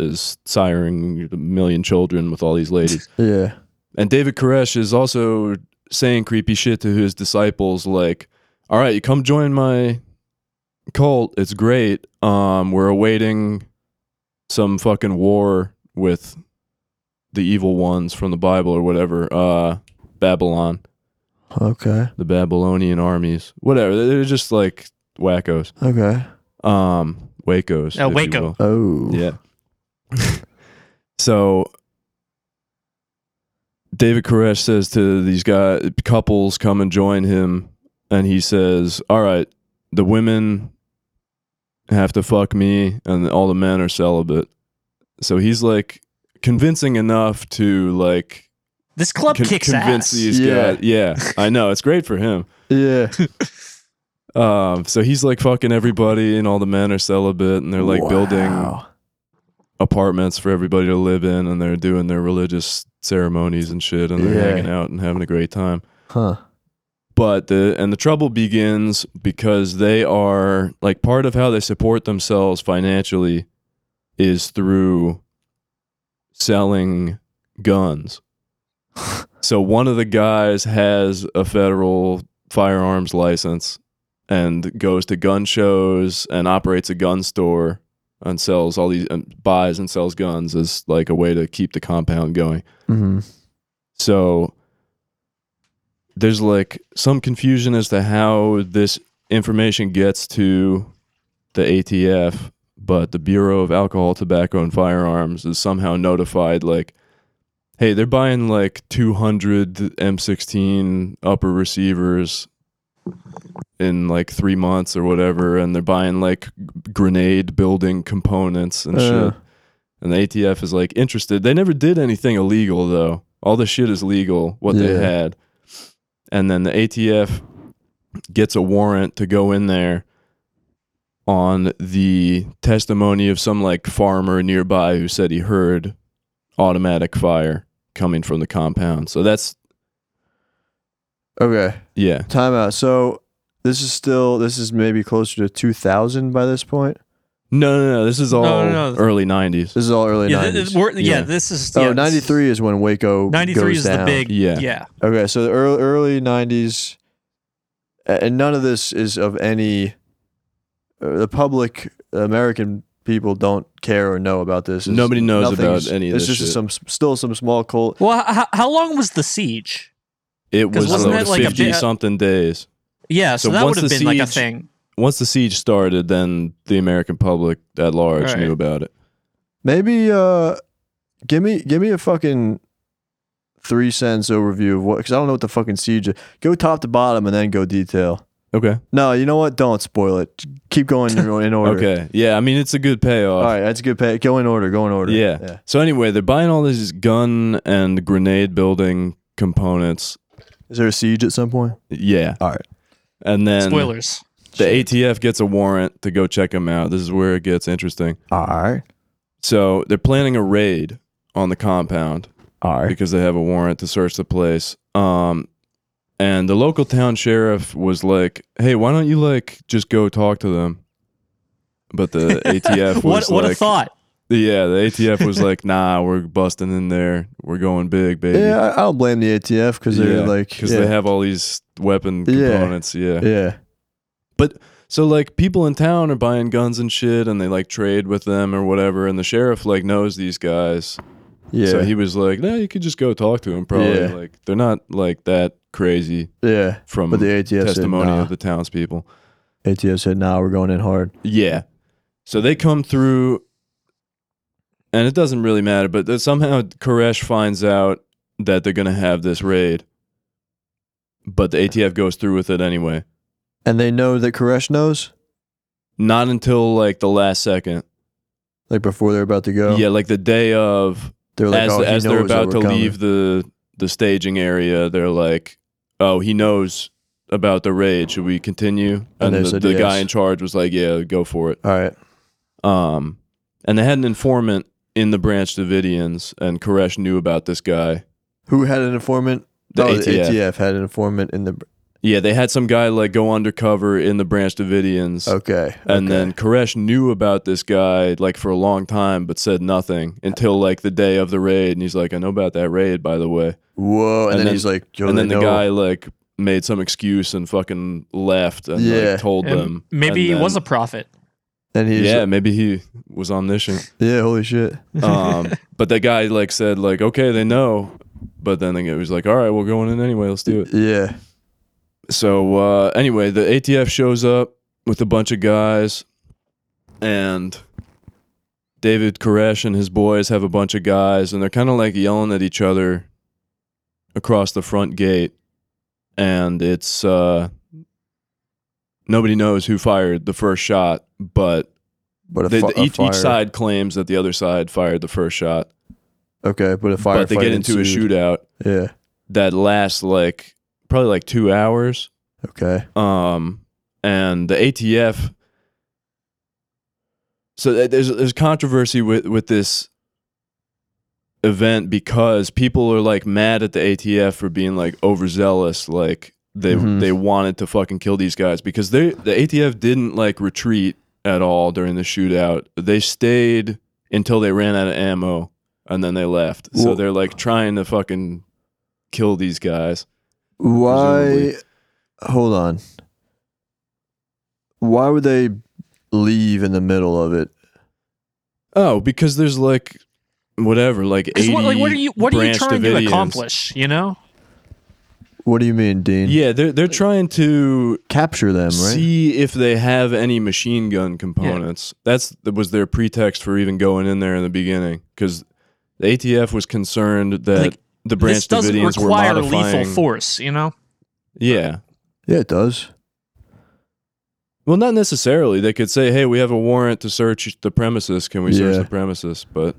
C: is siring a million children with all these ladies.
A: Yeah.
C: and David Koresh is also saying creepy shit to his disciples like, all right, you come join my cult. It's great. Um, we're awaiting some fucking war with the evil ones from the Bible or whatever. Uh, Babylon,
A: Okay.
C: the Babylonian armies, whatever. They're they're just like wackos.
A: Okay.
C: Um, Wacos.
B: Oh,
C: if you
B: Waco.
C: will.
A: Oh.
C: Yeah. so David Koresh says to these guys, couples come and join him, and he says, "All right, the women have to fuck me, and all the men are celibate." So he's like convincing enough to like
B: this club
C: con-
B: kicks
C: convince
B: ass.
C: these
A: Yeah.
C: guys. Yeah, I know it's great for him.
A: Yeah.
C: Um, so he's like fucking everybody, and all the men are celibate, and they're like building
A: Wow.
C: apartments for everybody to live in and they're doing their religious ceremonies and shit and they're
A: Yeah.
C: hanging out and having a great time.
A: Huh.
C: But the and the trouble begins because they are like part of how they support themselves financially is through selling guns. so one of the guys has a federal firearms license and goes to gun shows and operates a gun store and sells all these and buys and sells guns as like a way to keep the compound going.
A: hmm
C: So there's like some confusion as to how this information gets to the ATF, but the Bureau of Alcohol, Tobacco, and Firearms is somehow notified like, hey, they're buying like 200 M16 upper receivers in like three months or whatever, and they're buying like grenade building components and
A: Uh.
C: shit. And the ATF is like interested. They never did anything illegal though. All the shit is legal, what they
A: Yeah.
C: had. And then the ATF gets a warrant to go in there on the testimony of some like farmer nearby who said he heard automatic fire coming from the compound. So that's
A: Okay.
C: yeah.
A: Timeout. So this is still this is maybe closer to 2000 by this point.
C: No, no, no. This is all
B: no, no.
C: early 90s.
A: This is all early
B: yeah,
A: 90s.
B: th- we're- yeah,
C: Yeah.
B: this is
A: oh,
B: yeah, this-
A: 93 is when Waco
B: 93
A: goes
B: is the
A: down.
B: big
C: Yeah.
B: yeah.
A: Okay, so the early, early 90s a- and none of this is of any uh, the public American people don't care or know about this. It's-
C: Nobody knows about
A: nothing's-
C: any of
A: It's
C: this
A: just
C: shit.
A: some still some small cult.
B: Well, how, how long was the siege?
C: It
B: 'Cause
C: was
B: wasn't
C: like
B: that like a
C: 50
B: bit-
C: something days.
B: Yeah, so,
C: So
B: that would
C: once
B: have been
C: the
B: like a
C: siege-
B: thing.
C: Once the siege started, then the American public at large
B: Right.
C: knew about it.
A: Maybe uh give me give me a fucking 3 cents overview of what cuz I don't know what the fucking siege is. Go top to bottom and then go detail.
C: Okay.
A: No, you know what? Don't spoil it. Keep going in in order.
C: Okay. Yeah, I mean it's a good payoff.
A: All right, that's a good pay. Go in order. Go in order.
C: Yeah. So anyway, they're buying all these gun and grenade building components.
A: Is there a siege at some point?
C: Yeah.
A: All right.
C: And then
B: Spoilers.
C: The ATF gets a warrant to go check them out. This is where it gets interesting.
A: All right.
C: So they're planning a raid on the compound
A: All right.
C: because they have a warrant to search the place. Um, and the local town sheriff was like, "Hey, why don't you like just go talk to them?" But the ATF was
B: what what a
C: like,
B: thought.
C: Yeah, the ATF was like, "Nah, we're busting in there. We're going big, baby."
A: Yeah, I, I don't blame the ATF because they're
C: Yeah,
A: like, yeah,
C: they have all these weapon
A: Yeah.
C: components. Yeah.
A: yeah,
C: So like people in town are buying guns and shit, and they like trade with them or whatever. And the sheriff like knows these guys,
A: yeah,
C: so he was like, "Nah, you could just go talk to them. Probably
A: Yeah.
C: like they're not like that crazy
A: yeah.
C: from
A: But the ATF
C: um, testimony
A: said, nah.
C: of the townspeople."
A: ATF said, "Nah, we're going in hard."
C: Yeah. So they come through, and it doesn't really matter, but that somehow Koresh finds out that they're going to have this raid, but the ATF goes through with it anyway.
A: And they know that Koresh knows,
C: Not until like the last second.
A: like before they're about to go.
C: Yeah, like the day of,
A: they're like,
C: as,
A: oh, he
C: as they're
A: knows that
C: about to
A: we're coming.
C: leave the, the staging area, they're like, oh, he knows about the raid. Should we continue?
A: And
C: And,
A: they
C: the,
A: said
C: the guy
A: yes.
C: in charge was like, yeah, go for it.
A: All right,
C: Um, and they had an informant in the Branch Davidians, and Koresh knew about this guy.
A: who had an informant?
C: The
A: oh,
C: ATF.
A: the ATF had an informant in the.
C: Yeah, they had some guy like go undercover in the Branch Davidians.
A: Okay, okay.
C: And then Koresh knew about this guy like for a long time, but said nothing until like the day of the raid. And he's like, I know about that raid, by the way.
A: whoa, and,
C: and
A: then,
C: then-
A: he's like, Yo,
C: and
A: they
C: then the
A: know-
C: guy like made some excuse and fucking left and
A: Yeah.
C: like, told
B: And
C: them.
B: Maybe
C: And
B: he was a
C: then-
B: prophet.
A: and he's
C: Yeah, maybe he was omniscient.
A: yeah, holy shit,
C: um, but that guy like said like okay they know but then it was like all right we're going in anyway let's do it
A: yeah,
C: so uh, anyway the atf shows up with a bunch of guys and david koresh and his boys have a bunch of guys and they're kind of like yelling at each other across the front gate and it's uh, nobody knows who fired the first shot but
A: but a,
C: they,
A: fi- a
C: each,
A: fire.
C: each side claims that the other side fired the first shot
A: Okay, but a fire.
C: but they get into a shootout
A: Yeah.
C: that lasts like probably like two hours.
A: Okay.
C: Um, and the ATF. So th- there's there's controversy with with this event because people are like mad at the ATF for being like overzealous, like they
A: Mhm.
C: they wanted to fucking kill these guys because they the ATF didn't like retreat at all during the shootout. They stayed until they ran out of ammo and then they left. so
A: Well-
C: they're like trying to fucking kill these guys.
A: Why?
C: Presumably.
A: Hold on. Why would they leave in the middle of it?
C: Oh, because there's like whatever, like
B: 'Cause
C: eighty.
B: What, like, what are you? What are you
C: Branch
B: trying to
C: Davidians.
B: accomplish? You know,
A: What do you mean, Dean?
C: Yeah, they're they're trying to
A: Capture them, right?
C: see if they have any machine gun components. That's that was their pretext for even going in there in the beginning because the ATF was concerned that
B: Like,
C: the Branch
B: this doesn't
C: Davidians were
B: require lethal
C: modifying.
B: force. You know,
C: Yeah.
A: yeah, it does.
C: Well, not necessarily. They could say, "Hey, we have a warrant to search the premises. Can we
A: Yeah.
C: search the premises?" But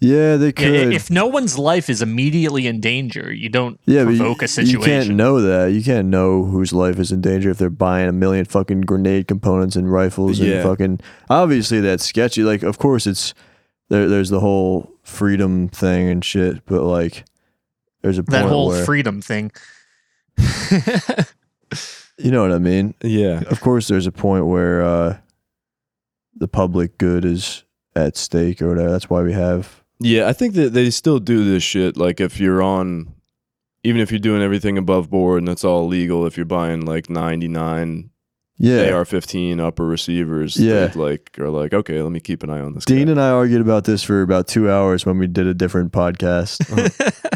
A: Yeah, they
B: Yeah, i-
A: could.
B: if no one's life is immediately in danger, you don't
A: yeah, but you,
B: provoke a
A: you can't
B: situation.
A: know that. You can't know whose life is in danger if they're buying a million fucking grenade components and rifles and
C: Yeah.
A: fucking. Obviously, that's sketchy. Like, of course, it's there. There's the whole freedom thing and shit, but like, there's a point
B: that whole
A: where
B: freedom thing.
A: you know what I mean.
C: yeah,
A: of course there's a point where uh, the public good is at stake or whatever. That's why we have
C: Yeah, I think that they still do this shit. Like if you're on, even if you're doing everything above board and it's all legal, if you're buying like 99
A: yeah.
C: AR-15 upper receivers,
A: Yeah.
C: they like are like, okay, let me keep an eye on this.
A: Dean
C: guy.
A: and I argued about this for about two hours when we did a different podcast,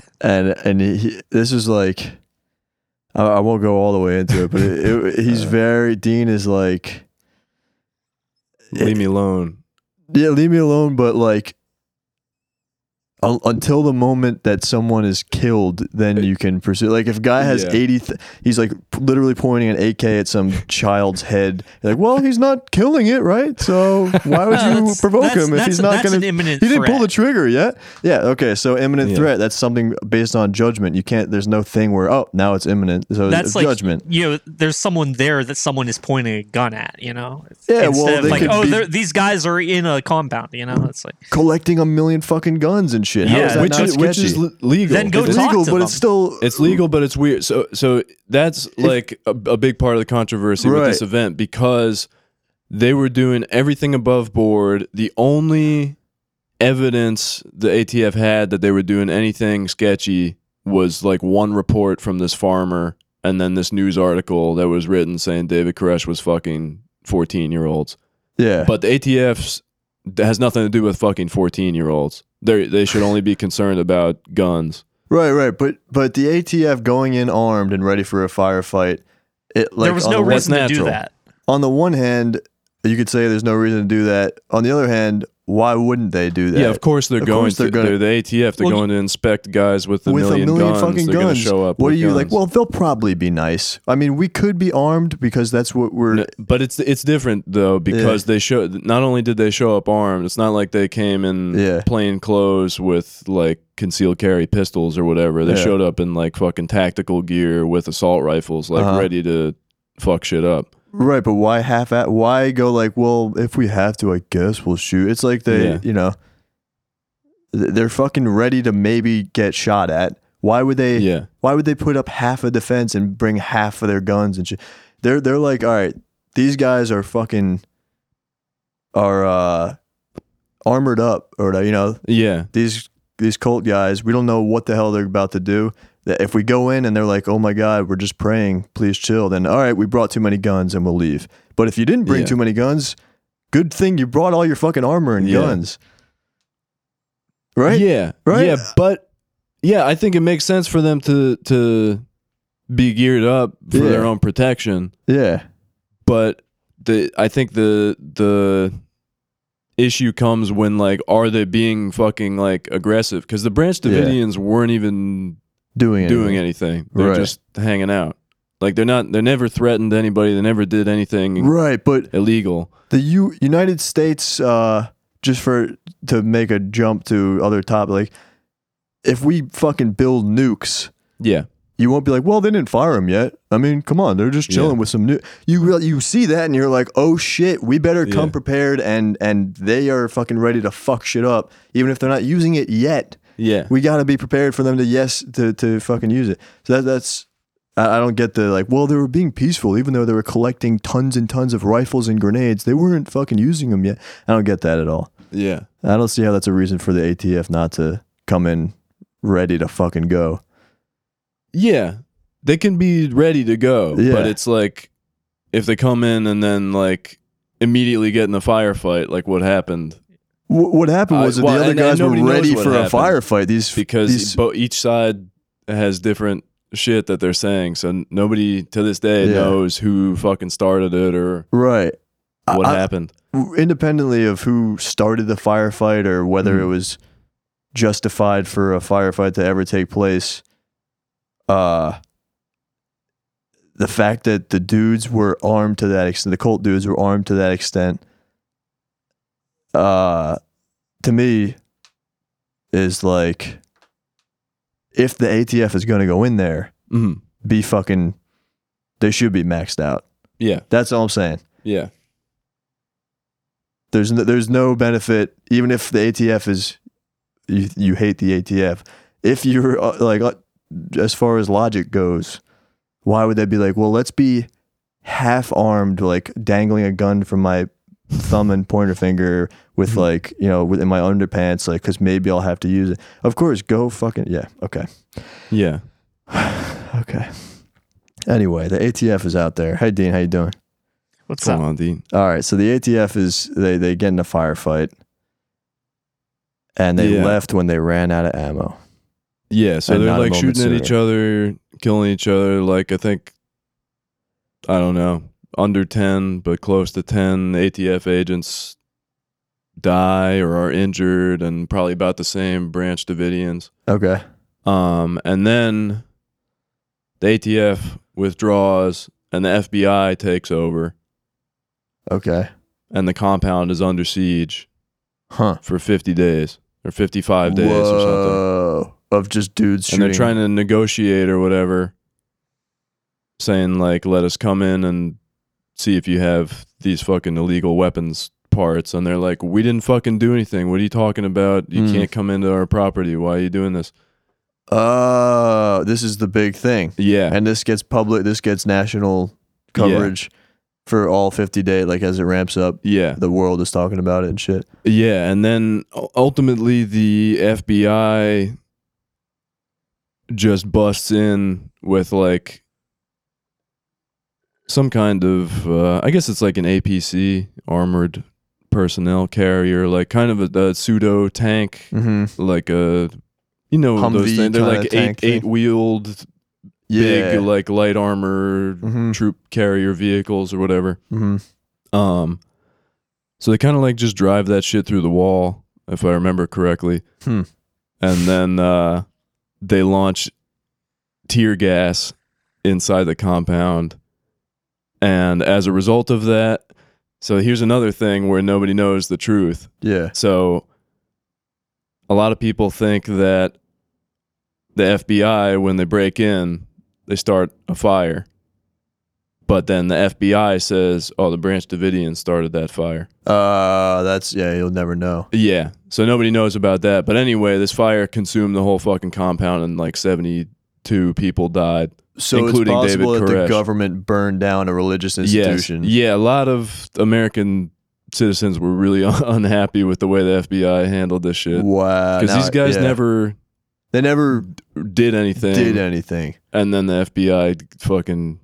A: and and he, he- this is like I, I won't go all the way into it, but it, it, he's very Dean is like
C: leave me alone.
A: yeah, leave me alone, but like un- until the moment that someone is killed, then you can pursue. Like if a guy has
C: Yeah.
A: eighty, th- he's like p- literally pointing an AK at some child's head. You're like, well, he's not killing it, right? So why would you
B: No, that's-
A: provoke
B: that's-
A: him if
B: that's-
A: he's not
B: that's
A: going
B: an
A: to?
B: imminent
A: He didn't pull the
B: threat.
A: trigger yet. Yeah. Okay. So imminent
C: Yeah.
A: threat. That's something based on judgment. You can't. There's no thing where oh now it's imminent. So
B: That's
A: it's
B: like
A: judgment.
B: you know, there's someone there that someone is pointing a gun at. You know,
A: Yeah, well,
B: Instead of
A: they
B: like,
A: could
B: oh,
A: be-
B: they're these guys are in a compound. You know, it's like
A: Collecting a million fucking guns and shit. How
B: Yeah,
A: is that
C: which
A: not
C: is which is
A: sketchy?
C: le- legal.
B: Then go
C: It's-
A: it's
B: talk
A: legal,
B: to
A: but
B: them.
A: it's still
C: It's legal, but it's weird. So, so that's like a, a big part of the controversy with this
A: Right.
C: event because they were doing everything above board. The only evidence the ATF had that they were doing anything sketchy was like one report from this farmer, and then this news article that was written saying David Koresh was fucking fourteen-year-olds.
A: yeah.
C: But the ATF's that has nothing to do with fucking fourteen-year-olds. They they should only be concerned about guns.
A: Right, right, but but the ATF going in armed and ready for a firefight, it like
B: there was
A: on,
B: no
A: the one,
B: reason to do
C: natural.
B: that.
A: on the one hand, you could say there's no reason to do that. On the other hand, why wouldn't they do that?
C: Yeah, of course they're
A: Of
C: going.
A: course they're
C: to,
A: gonna-
C: they're the ATF. They're
B: Well,
C: going to inspect guys with a
A: with
C: million,
A: a million
C: guns.
A: fucking
C: they're going
A: guns,
C: to show up.
A: what are
C: with
A: you like?
C: guns.
A: Well, they'll probably be nice. I mean, we could be armed because that's what we're.
C: No, but it's it's different though because they show. Not only did they show up armed, it's not like they came in
A: Yeah.
C: plain clothes with like concealed carry pistols or whatever. They
A: Yeah.
C: showed up in like fucking tactical gear with assault rifles, like
A: Uh-huh.
C: ready to fuck shit up.
A: Right, but why half at? Why go like? Well, if we have to, I guess we'll shoot. It's like they,
C: Yeah.
A: you know, th- they're fucking ready to maybe get shot at. Why would they?
C: Yeah.
A: Why would they put up half a defense and bring half of their guns and shit? They're they're like, all right, these guys are fucking are uh armored up or whatever, you know
C: Yeah.
A: these these cult guys. We don't know what the hell they're about to do. That If we go in and they're like, oh my god, we're just praying, please chill. Then all right, we brought too many guns and we'll leave. But if you didn't bring
C: Yeah.
A: too many guns, good thing you brought all your fucking armor and
C: Yeah.
A: guns. Right?
C: Yeah.
A: Right?
C: Yeah, but yeah, I think it makes sense for them to to be geared up for
A: Yeah.
C: their own protection.
A: Yeah.
C: but the I think the the issue comes when like are they being fucking like aggressive because the Branch
A: Yeah.
C: Davidians weren't even
A: Doing it.
C: doing anything they're
A: Right.
C: just hanging out like they're not they never threatened anybody they never did anything
A: Right, but
C: illegal
A: the U- United States, uh, just for to make a jump to other topic, like if we fucking build nukes,
C: yeah
A: you won't be like, well, they didn't fire him yet. I mean, come on, they're just chilling
C: Yeah.
A: with some new. You real you see that and you're like, oh shit, we better come
C: Yeah.
A: prepared and and they are fucking ready to fuck shit up, even if they're not using it yet.
C: yeah
A: We got to be prepared for them to yes to to fucking use it. So that that's. I I don't get the like. Well, they were being peaceful, even though they were collecting tons and tons of rifles and grenades. They weren't fucking using them yet. I don't get that at all.
C: yeah
A: I don't see how that's a reason for the ATF not to come in ready to fucking go.
C: yeah they can be ready to go
A: Yeah.
C: but it's like if they come in and then like immediately get in a firefight like what happened
A: Wh- What happened
C: I-
A: was that
C: well,
A: the other
C: and- and
A: guys were
C: nobody knows
A: ready
C: what
A: for a
C: happened.
A: firefight. These
C: because
A: these,
C: bo- each side has different shit that they're saying. So n- nobody to this day
A: Yeah.
C: knows who fucking started it or
A: right I-
C: what
A: I-
C: happened.
A: independently of who started the firefight or whether
C: Mhm.
A: it was justified for a firefight to ever take place. Uh the fact that the dudes were armed to that extent, the cult dudes were armed to that extent, uh, to me is like if the ATF is going to go in there,
C: Mhm.
A: be fucking they should be maxed out.
C: Yeah,
A: That's all I'm saying.
C: yeah,
A: There's no, there's no benefit even if the ATF is you, you hate the ATF. If you're uh, like uh, as far as logic goes, why would they be like, "Well, let's be half armed like dangling a gun from my thumb and pointer finger with
C: Mhm.
A: like, you know, within my underpants like cuz maybe I'll have to use it." Of course, go fucking yeah. Okay.
C: yeah.
A: Okay. Anyway, the ATF is out there. Hey Dean, how you doing?
B: What's
C: Come
B: up?
C: on, Dean.
A: All right, so the ATF is they they get in a firefight, and they
C: Yeah.
A: left when they ran out of ammo.
C: Yeah, so
A: And
C: they're
A: not a
C: like
A: moment
C: shooting at each other, killing each other. Like I think, I don't know, under ten, but close to ten ATF agents die or are injured, and probably about the same Branch Davidians.
A: Okay.
C: Um, and then the ATF withdraws, and the FBI takes over,
A: Okay.
C: and the compound is under siege
A: Huh.
C: for 50 days or 55 days or something.
A: Whoa. Of just dudes shooting.
C: And they're trying to negotiate or whatever, saying like, "Let us come in and see if you have these fucking illegal weapons parts." And they're like, "We didn't fucking do anything. What are you talking about? You
A: Mm.
C: can't come into our property. Why are you doing this?"
A: Oh, this is the big thing.
C: Yeah,
A: And this gets public, this gets national coverage for all 50 day, like as it ramps up.
C: yeah,
A: The world is talking about it and shit.
C: yeah. And then u- ultimately, the FBI just busts in with like some kind of uh, I guess it's like an APC armored personnel carrier, like kind of a, a pseudo tank,
A: Mm-hmm.
C: like a you know those
A: Humvee
C: things. They're
A: kinda
C: like
A: tank
C: eight
A: thing.
C: eight wheeled
A: Yeah.
C: big like light armor
A: mm-hmm.
C: troop carrier vehicles or whatever.
A: Mm-hmm.
C: Um, so they kind of like just drive that shit through the wall, if I remember correctly,
A: Hmm.
C: and then uh, they launch tear gas inside the compound, and as a result of that, so here's another thing where nobody knows the truth.
A: Yeah.
C: So a lot of people think that the FBI, when they break in, they start a fire. But then the FBI says, oh, the Branch Davidians started that fire.
A: Uh, that's, yeah, you'll never know.
C: Yeah. So nobody knows about that. But anyway, this fire consumed the whole fucking compound and like 72 people died.
A: So
C: Including
A: it's
C: David
A: possible that
C: Koresh.
A: the government burned down a religious
C: Yes.
A: institution.
C: Yeah. A lot of American citizens were really unhappy with the way the FBI handled this shit.
A: Wow.
C: Because
A: now-
C: these guys
A: yeah.
C: never
A: They never
C: did anything.
A: did anything.
C: and then the FBI fucking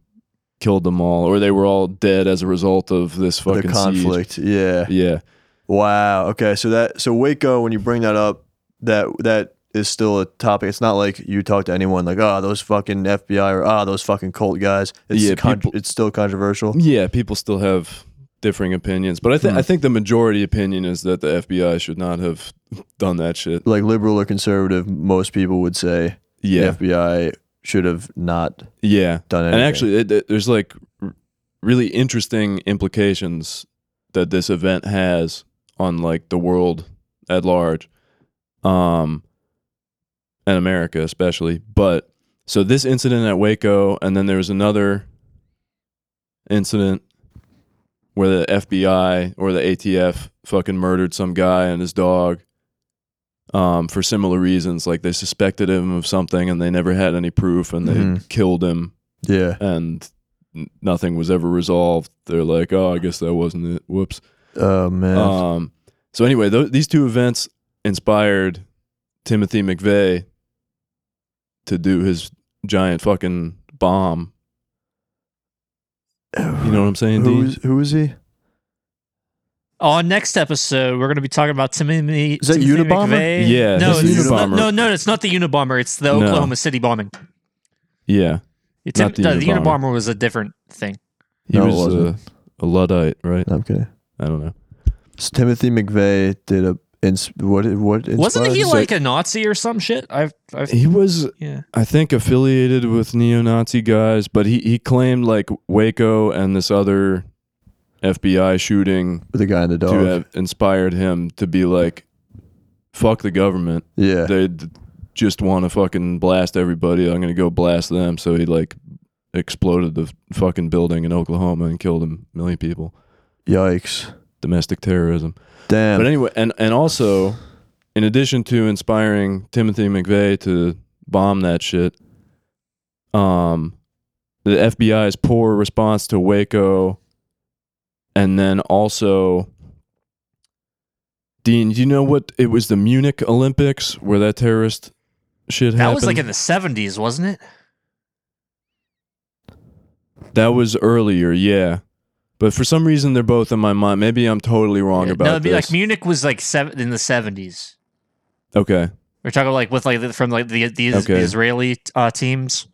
C: killed them all, or they were all dead as a result of this
A: The
C: fucking siege.
A: conflict. Yeah.
C: Yeah,
A: Wow. Okay. So that so Waco, when you bring that up, that that is still a topic. It's not like you talk to anyone like, ah, those fucking FBI or ah, those fucking cult guys. It's
C: Yeah,
A: con-
C: people-
A: it's still controversial.
C: yeah. People still have differing opinions, but I think
A: Hmm.
C: I think the majority opinion is that the FBI should not have done that shit.
A: Like liberal or conservative, most people would say
C: Yeah,
A: the FBI should have not
C: yeah.
A: done anything.
C: And actually, it, it- there's like r- really interesting implications that this event has on like the world at large, um, and America especially. But so this incident at Waco, and then there was another incident where the FBI or the ATF fucking murdered some guy and his dog. Um, for similar reasons, like they suspected him of something and they never had any proof and they
A: Mhm.
C: killed him
A: yeah.
C: and n- nothing was ever resolved. They're like, oh, I guess that wasn't it. Whoops.
A: Oh man.
C: Um, so anyway, th- these two events inspired Timothy McVeigh to do his giant fucking bomb. You know what I'm saying?
A: who
C: Dean?
A: is who is he?
B: On next episode, we're going to be talking about Timothy.
A: Is that
B: Timothy
A: Unabomber?
B: McVeigh.
C: Yeah,
B: no,
A: that's
B: it's it's
A: Unabomber.
B: not, no, no, it's not the Unabomber. It's the
C: No.
B: Oklahoma City bombing.
C: Yeah,
B: It's Tim-
C: Not the
B: no, the
C: Unabomber.
B: Unabomber was a different thing.
C: he
A: No, it
C: was a,
A: wasn't.
C: a luddite, right?
A: No, I'm kidding.
C: I don't know.
A: It's Timothy McVeigh did a ins- what what
B: Wasn't
A: inspired
B: he
A: him?
B: like a Nazi or some shit? I've, I've
C: He was
B: yeah.
C: I think affiliated with neo-Nazi guys, but he, he claimed like Waco and this other FBI shooting
A: the guy in the dog?
C: to have inspired him to be like, fuck the government.
A: yeah.
C: They d- just want to fucking blast everybody. I'm gonna go blast them. So he like exploded the f- fucking building in Oklahoma and killed a million people.
A: Yikes.
C: Domestic terrorism.
A: Damn.
C: But anyway, and and also, in addition to inspiring Timothy McVeigh to bomb that shit, um, the FBI's poor response to Waco, and then also, Dean, do you know what it was? The Munich Olympics where that terrorist shit
B: That
C: happened.
B: was like in the seventies, wasn't it?
C: that was earlier, yeah. But for some reason, they're both in my mind. Maybe I'm totally wrong
B: Yeah,
C: about
B: no, it'd be
C: this.
B: like Munich was like seven in the seventies.
C: okay,
B: We're talking like with like the- from like the the, Is-
C: Okay.
B: the Israeli uh, teams.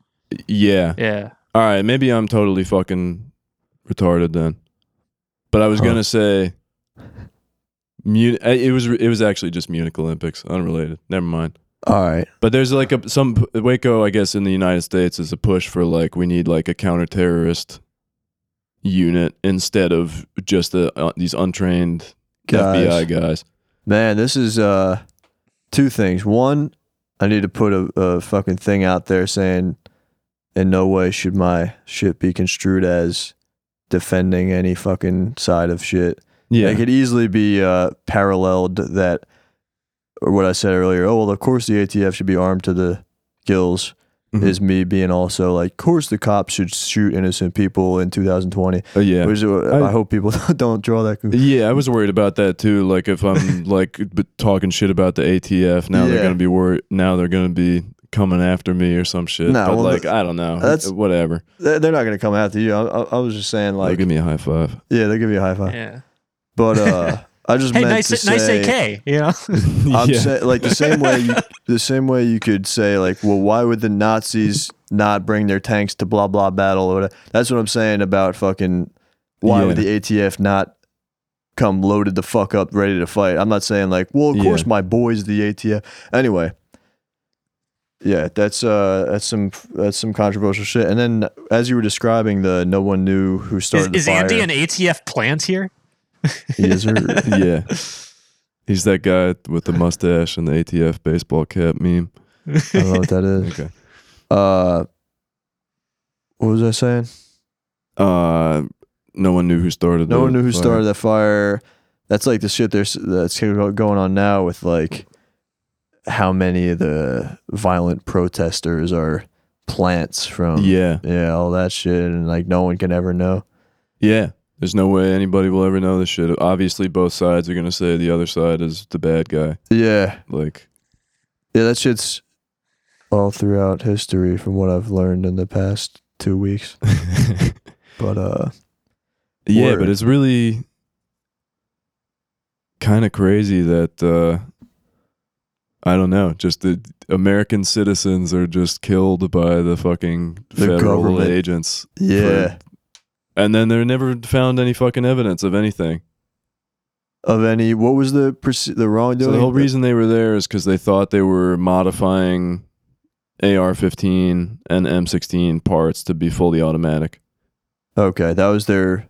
C: yeah.
B: Yeah,
C: All right, maybe I'm totally fucking retarded then. But I was
A: Huh.
C: gonna say Mun- uh, it was it was actually just Munich Olympics, unrelated. Never mind.
A: All right.
C: But there's like a some Waco, I guess, in the United States is a push for like we need like a counterterrorist unit instead of just the, uh, these untrained
A: Guys.
C: FBI guys.
A: Man, this is uh two things. One, I need to put a, a fucking thing out there saying in no way should my shit be construed as defending any fucking side of shit.
C: Yeah,
A: It could easily be uh paralleled that or what I said earlier, oh well of course the ATF should be armed to the gills
C: Mhm.
A: is me being also like of course the cops should shoot innocent people in 2020.
C: Uh, yeah.
A: Which is, I,
C: I-
A: I hope people don't draw that conclusion.
C: Yeah, I was worried about that too. Like if I'm like b- talking shit about the ATF, now they're
A: Yeah.
C: gonna be worried. Now they're gonna be coming after me or some shit.
A: No,
C: but
A: well,
C: like
A: th-
C: I don't know. Uh,
A: that's-
C: Whatever.
A: They're they're not going to come after you. I, I, I was just saying,
C: Like,
A: like,
C: give me a high five.
A: yeah, they'll give you a high five.
B: Yeah.
A: But uh, I just
B: Hey,
A: meant
B: nice,
A: to say,
B: nice AK. You know,
A: I'm
C: Yeah.
A: sa- like the same way, you, the same way you could say, like, well, why would the Nazis not bring their tanks to blah blah battle or whatever? That's what I'm saying about fucking. Why would
C: Yeah.
A: the ATF not come loaded the fuck up, ready to fight? I'm not saying like, well, of
C: Yeah.
A: course my boys the ATF. Anyway, yeah, that's uh, that's some that's some controversial shit. And then as you were describing the, no one knew who
B: is,
A: started
B: is
A: the fire.
B: Andy an ATF plant here?
A: Yes, sir.
C: yeah. He's that guy with the mustache and the ATF baseball cap meme.
A: I don't know what that is.
C: Okay.
A: Uh, what was I saying?
C: Uh, no one knew who started.
A: No
C: the
A: one knew who
C: fire.
A: started that fire. That's like the shit there's that's going on now with like how many of the violent protesters are plants from
C: Yeah,
A: yeah all that shit and like no one can ever know.
C: yeah. There's no way anybody will ever know this shit. Obviously, both sides are gonna say the other side is the bad guy.
A: Yeah,
C: Like,
A: yeah, that shit's all throughout history from what I've learned in the past two weeks. But uh,
C: Yeah,
A: Word.
C: but it's really kind of crazy that uh I don't know, just the American citizens are just killed by the fucking
A: The
C: federal
A: government.
C: agents.
A: yeah,
C: And then they're never found any fucking evidence of anything.
A: of any what was the proce- the wrongdoing?
C: So the whole reason they were there is because they thought they were modifying AR-15 and M16 parts to be fully automatic.
A: Okay, that was their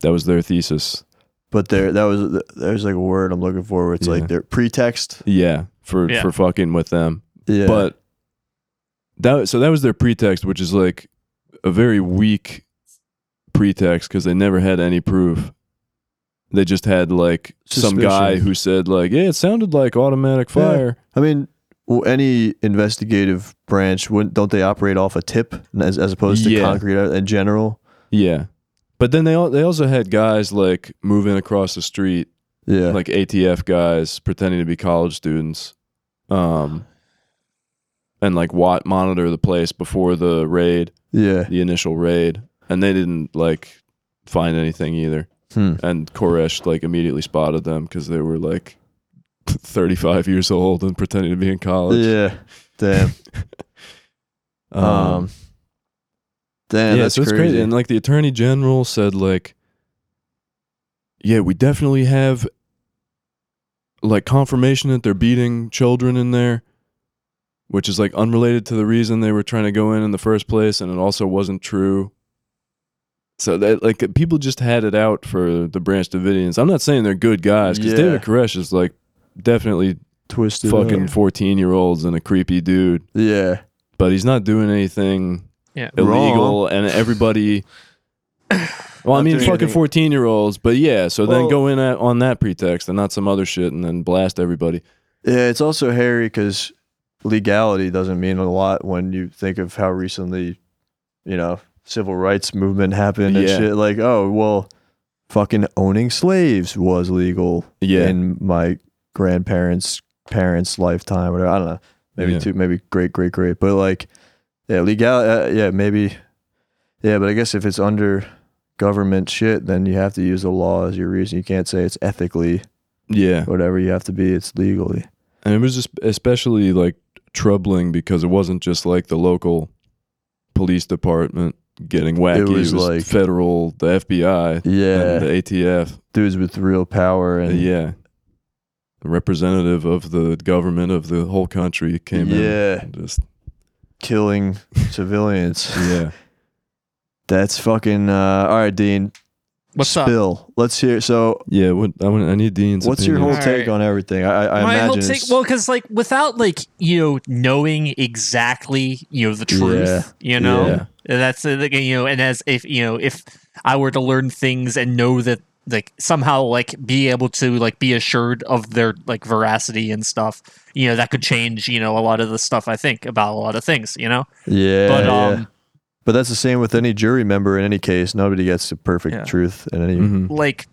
C: That was their thesis.
A: But there, that was there's like a word I'm looking for. Where it's
C: Yeah.
A: like their pretext.
C: Yeah, for
B: Yeah.
C: for fucking with them.
A: Yeah,
C: But that so that was their pretext, which is like a very weak pretext because they never had any proof. They just had like some guy
A: Suspicion.
C: who said like, "Yeah, it sounded like automatic
A: Yeah.
C: fire."
A: I mean, well, any investigative branch wouldn't don't they operate off a tip as as opposed to
C: Yeah.
A: concrete in general?
C: Yeah. But then they al- they also had guys like moving across the street,
A: Yeah,
C: like ATF guys pretending to be college students, um, and like wat monitor the place before the raid,
A: yeah,
C: the initial raid, and they didn't like find anything either.
A: hmm.
C: and Koresh like immediately spotted them because they were like 35 years old and pretending to be in college.
A: yeah. Damn,
C: Um,
A: Um,
C: yeah,
A: damn, that's
C: so it's
A: crazy.
C: And like the attorney general said, like, yeah, we definitely have like confirmation that they're beating children in there, which is like unrelated to the reason they were trying to go in in the first place, and it also wasn't true. So that like people just had it out for the Branch Davidians. I'm not saying they're good guys because
A: Yeah.
C: David Koresh is like definitely
A: Twisted, up.
C: fucking 14 year olds and a creepy dude,
A: yeah,
C: but he's not doing anything
B: Yeah.
C: illegal and everybody well i
A: Not
C: mean
A: doing
C: fucking
A: anything.
C: 14 year olds but yeah so then
A: Well-
C: go in at, on that pretext and not some other shit and then blast everybody
A: yeah. It's also hairy because legality doesn't mean a lot when you think of how recently, you know, civil rights movement happened and
C: Yeah.
A: shit. Like, oh well, fucking owning slaves was legal.
C: yeah
A: in my grandparents' parents' lifetime, whatever. I don't know, maybe
C: Yeah.
A: two, maybe great, great, great. But like, yeah, legal, uh, yeah, maybe, yeah. But I guess if it's under government shit, then you have to use the law as your reason. You can't say it's ethically
C: yeah
A: whatever. You have to be it's legally.
C: and it was just especially like troubling because it wasn't just like the local police department getting wacky it was,
A: was like-
C: federal the fbi
A: Yeah,
C: and the atf
A: dudes with real power and
C: yeah the representative of the government of the whole country came in.
A: yeah,
C: and Just
A: killing civilians.
C: yeah.
A: That's fucking uh, all right, Dean.
B: What's up?
A: Spill. Let's hear. So,
C: Yeah, what I want I need Dean's
A: what's your
C: opinion.
A: whole
B: All
A: take
B: right.
A: on everything? I, I, I
B: my whole
A: imagine.
B: take,
A: it's-
B: well, because like without like you know knowing exactly you know the truth, you know
C: Yeah.
B: And that's uh, like, you know, and as if you know if I were to learn things and know that like somehow like be able to like be assured of their like veracity and stuff, you know that could change you know a lot of the stuff I think about a lot of things, you know.
A: yeah,
B: but
A: yeah.
B: um,
A: But that's the same with any jury member in any case. Nobody gets the perfect
B: Yeah.
A: truth in any.
C: Mhm.
B: like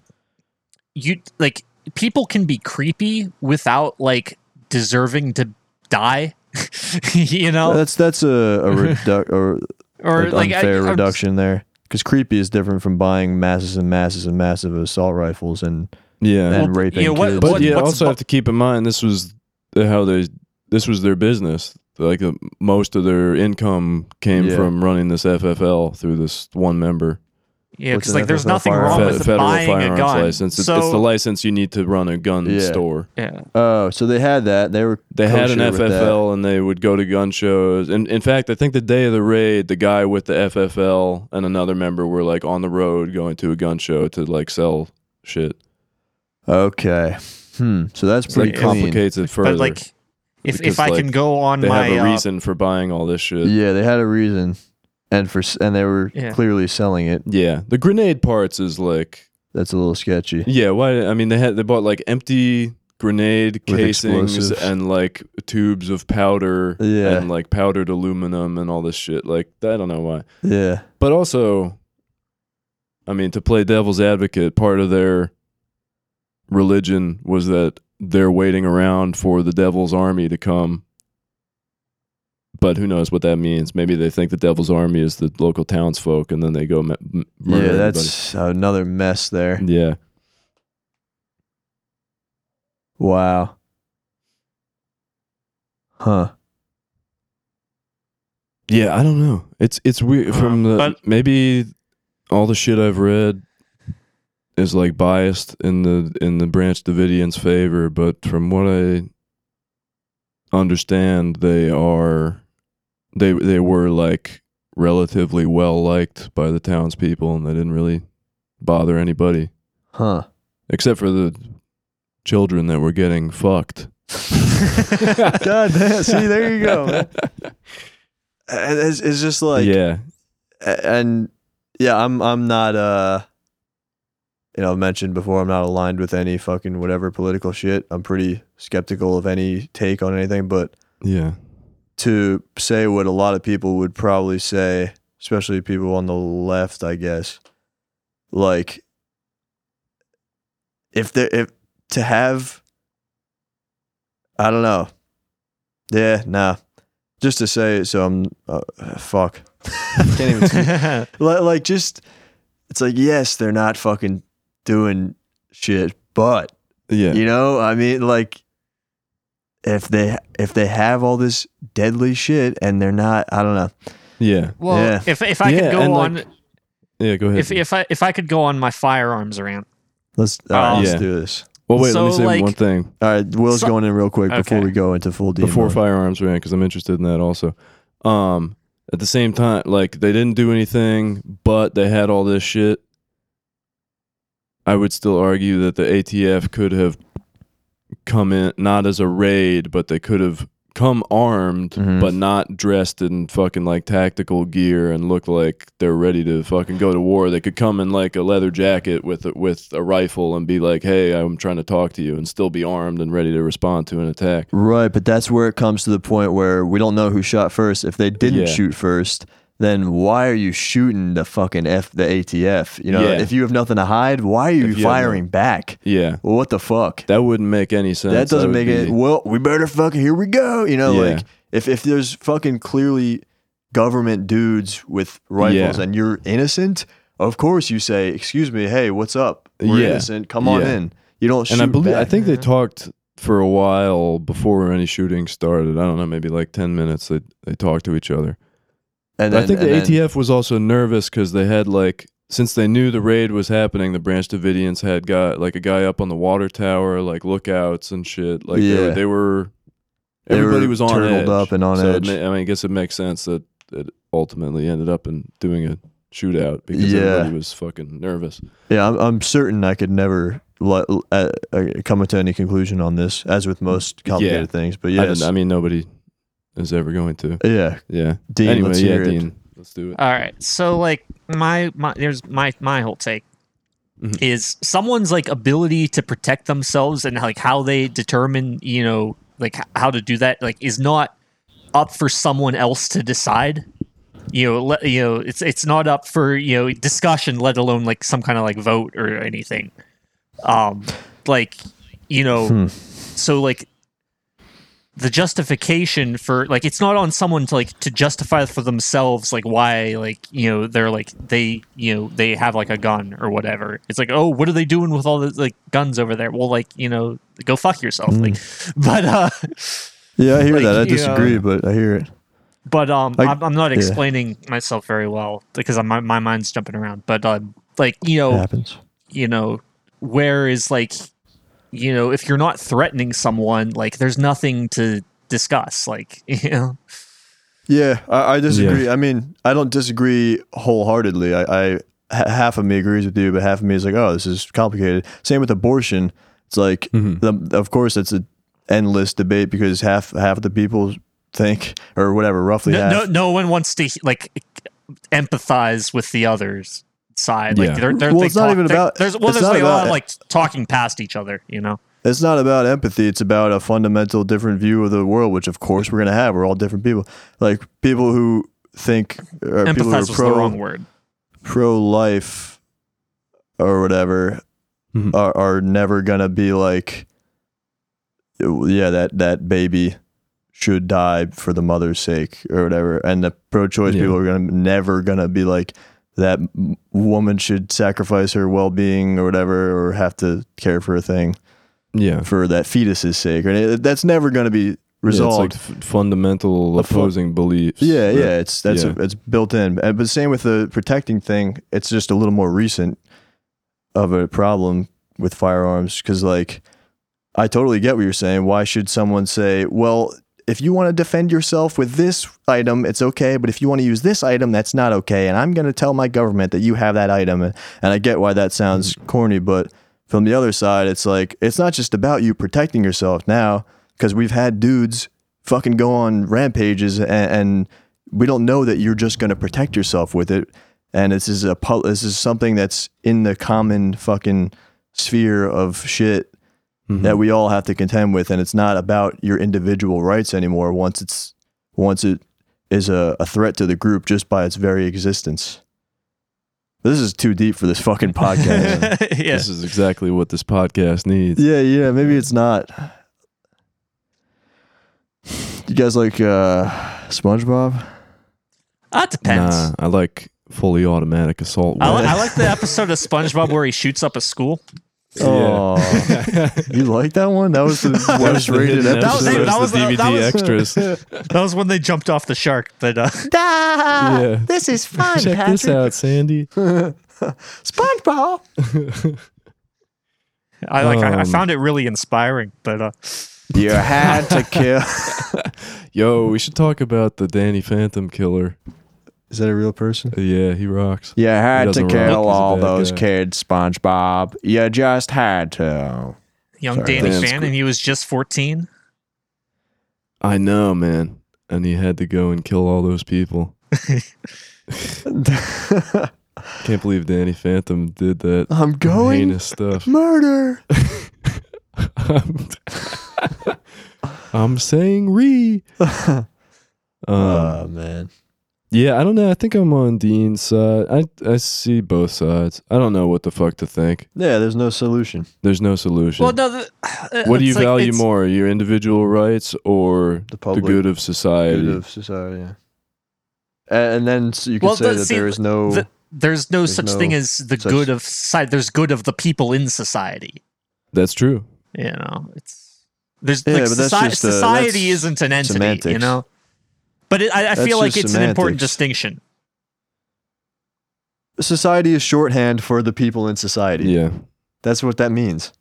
B: you like people can be creepy without like deserving to die. you know,
A: That's that's a, a reduc or
B: or
A: an
B: like I-
A: unfair
B: I'm-
A: reduction there. Because creepy is different from buying masses and masses and masses of assault rifles and
C: Yeah.
A: and
B: Well,
A: raping
B: you know, what-
A: kids.
C: But
B: what-
C: you
B: what's-
C: also have to keep in mind this was the- how they this was their business. Like uh, most of their income came
A: Yeah.
C: from running this FFL through this one member
B: Yeah,
A: What's
B: because
A: an
B: like there's
A: FFL
B: nothing
A: firearm?
B: wrong
C: Fe-
A: Fe-
B: with
C: federal
B: buying a
C: firearms
B: gun.
C: license. It's,
B: so,
C: it's the license you need to run a gun
A: Yeah.
C: store.
B: yeah,
A: oh, so they had that. They were
C: They had an
A: kosher with that.
C: FFL and they would go to gun shows. And in fact, I think the day of the raid, the guy with the FFL and another member were like on the road going to a gun show to like sell shit.
A: Okay. Hmm. So that's
C: So
A: pretty
C: that
B: Yeah.
A: clean.
C: complicates it further.
B: but like if
C: Because,
B: if I can
C: like,
B: go on
C: they
B: my
C: have a
B: uh,
C: reason for buying all this shit.
A: Yeah, they had a reason, and for s- and they were
B: Yeah.
A: clearly selling it.
C: yeah. The grenade parts is like
A: That's a little sketchy.
C: Yeah, why? I mean, they had they bought like empty grenade
A: With
C: casings
A: explosives.
C: and like tubes of powder
A: Yeah.
C: and like powdered aluminum and all this shit. Like, I don't know why.
A: Yeah.
C: But also, I mean, to play devil's advocate, part of their religion was that they're waiting around for the devil's army to come. But who knows what that means? Maybe they think the devil's army is the local townsfolk, and then they go m- m-
A: yeah,
C: murder everybody.
A: that's another mess there.
C: yeah.
A: Wow. Huh.
C: Yeah, I don't know. It's it's weird
B: Uh,
C: from the
B: but-
C: maybe all the shit I've read is like biased in the in the Branch Davidians' favor, but from what I understand, they are they they were like relatively well liked by the townspeople, and they didn't really bother anybody
A: Huh.
C: except for the children that were getting fucked.
A: God damn. See, there you go. Man. And It's, it's just like
C: yeah,
A: a- and yeah, I'm I'm not uh you know, I've mentioned before I'm not aligned with any fucking whatever political shit. I'm pretty skeptical of any take on anything, but
C: yeah,
A: to say what a lot of people would probably say, especially people on the left, I guess, like if there if to have I don't know. Yeah, nah. Just to say it so I'm uh, fuck. Can't even speak. Li- like just it's like yes they're not fucking doing shit but
C: yeah.
A: you know i mean like if they if they have all this deadly shit and they're not i don't know
C: yeah.
B: well,
A: Yeah.
B: if if I
C: Yeah,
B: could go
C: and,
B: on
C: like, Yeah, go ahead.
B: if if I if I could go on my firearms rant.
A: let's all right,
B: Um,
A: let's
C: Yeah.
A: do this
C: well, wait, let me
B: so,
C: say
B: like-
C: one thing
A: all right will's
B: So-
A: going in real quick before
B: Okay.
A: we go into full deep
C: before firearms ran because I'm interested in that also. Um, at the same time, like they didn't do anything, but they had all this shit. I would still argue that the ATF could have come in not as a raid, but they could have come armed,
A: Mhm.
C: but not dressed in fucking like tactical gear and look like they're ready to fucking go to war. They could come in like a leather jacket with a, with a rifle and be like, "Hey, I'm trying to talk to you," and still be armed and ready to respond to an attack.
A: right but that's where it comes to the point where we don't know who shot first if they didn't
C: Yeah.
A: shoot first then why are you shooting the fucking f the atf you know
C: Yeah.
A: if you have nothing to hide why are you
C: If you have no-
A: firing back
C: Yeah.
A: well, what the fuck
C: That wouldn't make any sense.
A: that doesn't
C: would
A: make it
C: be-
A: well we better fucking here we go you know
C: Yeah.
A: like if if there's fucking clearly government dudes with rifles
C: Yeah.
A: and you're innocent of course you say excuse me hey what's up we're
C: Yeah.
A: innocent come on
C: Yeah.
A: in you don't shoot
C: and I believe I
A: back.
C: think they talked for a while before any shooting started. I don't know, maybe like ten minutes. They they talked to each other.
A: and then,
C: I think
A: and
C: the
A: then-
C: ATF was also nervous because they had like since they knew the raid was happening, the Branch Davidians had got like a guy up on the water tower, like lookouts and shit. Like they, were,
A: Yeah.
C: they were,
A: They
C: everybody
A: were
C: was on
A: turtled
C: edge.
A: up and on
C: So it
A: edge.
C: ma- I mean, I guess it makes sense that it ultimately ended up in doing a shootout because
A: Yeah.
C: everybody was fucking nervous.
A: Yeah, I'm, I'm certain I could never li- uh, uh, come to any conclusion on this, as with most complicated
C: Yeah.
A: things. But
C: I
A: yes,
C: didn't- I, mean, nobody is ever going to.
A: yeah,
C: Yeah.
A: Dean,
C: anyway,
A: let's
C: yeah,
A: hear it.
C: Dean, let's do it.
B: All right. So like my my there's my my whole take
C: Mhm.
B: is someone's like ability to protect themselves and like how they determine, you know, like h- how to do that like is not up for someone else to decide. You know, let, you know, it's it's not up for, you know, discussion let alone like some kind of like vote or anything. Um like, you know,
A: Hmm.
B: so like the justification for like it's not on someone to like to justify for themselves like why like you know they're like they you know they have like a gun or whatever it's like oh what are they doing with all the like guns over there well like you know go fuck yourself like
A: Mm.
B: but uh
A: yeah, I hear
B: Like,
A: that. I
B: you know-
A: disagree, but I hear it.
B: but um
A: I-
B: I, am I'm not
A: yeah.
B: explaining myself very well because I'm, my, my mind's jumping around but um like you know
A: It happens.
B: you know where is like you know if you're not threatening someone like there's nothing to discuss like you know
A: Yeah, I, I disagree. I mean, I don't disagree wholeheartedly. I, I ha- half of me agrees with you, but half of me is like, oh, this is complicated. Same with abortion. It's like,
B: Mm-hmm.
A: the, of course, it's an endless debate because half half of the people think or whatever, roughly
B: no,
A: half.
B: no, no one wants to like empathize with the others side like
C: Yeah.
B: they're, they're
A: Well,
B: they
A: it's not
B: talk-
A: even
B: they're-
A: about-
B: there's well
A: it's
B: there's
A: not
B: like a lot
A: about-
B: of like talking past each other you know
A: It's not about empathy. It's about a fundamental different view of the world, which of course we're gonna have. We're all different people. Like people who think or people who are
B: empathize was the wrong
A: pro
B: word
A: pro life or whatever
C: Mhm.
A: are are never gonna be like, yeah, that that baby should die for the mother's sake or whatever. And the pro choice
C: Yeah.
A: people are gonna never gonna be like that m- woman should sacrifice her well being or whatever or have to care for a thing
C: Yeah.
A: for that fetus's sake, and it, that's never going to be resolved.
C: Yeah, it's like f- fundamental
A: A fu-
C: opposing beliefs.
A: Yeah, yeah,
C: that-
A: it's that's
C: yeah.
A: it's built in. Uh, But same with the protecting thing, it's just a little more recent of a problem with firearms because, like, I totally get what you're saying. Why should someone say, "Well, if you want to defend yourself with this item, it's okay, but if you want to use this item, that's not okay," and I'm going to tell my government that you have that item, and, and I get why that sounds corny, but from the other side, it's like it's not just about you protecting yourself now because we've had dudes fucking go on rampages and, and we don't know that you're just going to protect yourself with it. And this is a pu- this is something that's in the common fucking sphere of shit
C: Mhm.
A: that we all have to contend with, and it's not about your individual rights anymore. Once it's once it is a, a threat to the group just by its very existence. This is too deep for this fucking podcast.
B: yeah
C: This is exactly what this podcast needs.
A: Yeah, yeah, maybe it's not. You guys like uh SpongeBob?
B: that Ah, depends
C: Nah, I like fully automatic assault.
B: I, li-
C: weapons.
B: I like the episode of SpongeBob where he shoots up a school.
A: Oh, you like that one? That was the worst rated
C: That was,
A: episode.
B: that was
C: the
B: the-
C: DVD
B: that was-
C: extras.
B: That was when they jumped off the shark. But uh,
C: yeah.
A: This is fun,
C: Check this out, Sandy.
A: SpongeBob.
B: I like I, I
C: Um,
B: found it really inspiring. But uh,
A: You had to kill.
C: Yo, we should talk about the Danny Phantom killer.
A: Is that a real person?
C: Yeah, he rocks.
A: You
C: He
A: had
C: doesn't rock. He's a bad guy.
A: kids, SpongeBob. You just had to.
B: young
A: Sorry.
B: Danny
C: Damn,
B: Phantom,
C: screw-
B: he was just fourteen.
C: I know, man. And he had to go and kill all those people. Can't believe Danny Phantom did that
A: I'm going
C: heinous stuff.
A: murder.
C: I'm, I'm saying re. Um,
A: Oh man.
C: yeah, I don't know. I think I'm on Dean's side. I I see both sides. I don't know what the fuck to think.
A: Yeah, there's no solution.
C: There's no solution.
B: Well, no. The, uh,
C: what do you
B: it's like-
C: value
B: it's-
C: more, your individual rights or
A: The
C: the
A: public.
C: good of society?
A: good of society. Yeah. A- And then s- you could
B: Well,
A: say
B: the-
A: that
B: see,
A: there is no.
B: the- There's no
A: There's
B: such
A: no
B: thing as the
A: such-
B: good of society. There's good of the people in society.
C: That's true.
B: You know, it's there's
A: Yeah,
B: like
A: but that's
B: soci-
A: just, uh,
B: society
A: that's
B: isn't an entity. You
A: semantics.
B: know, but it, I, I
A: That's
B: feel like
A: just
B: it's an important
A: semantics.
B: distinction.
A: society is shorthand for the people in society.
C: Yeah.
A: That's what that means.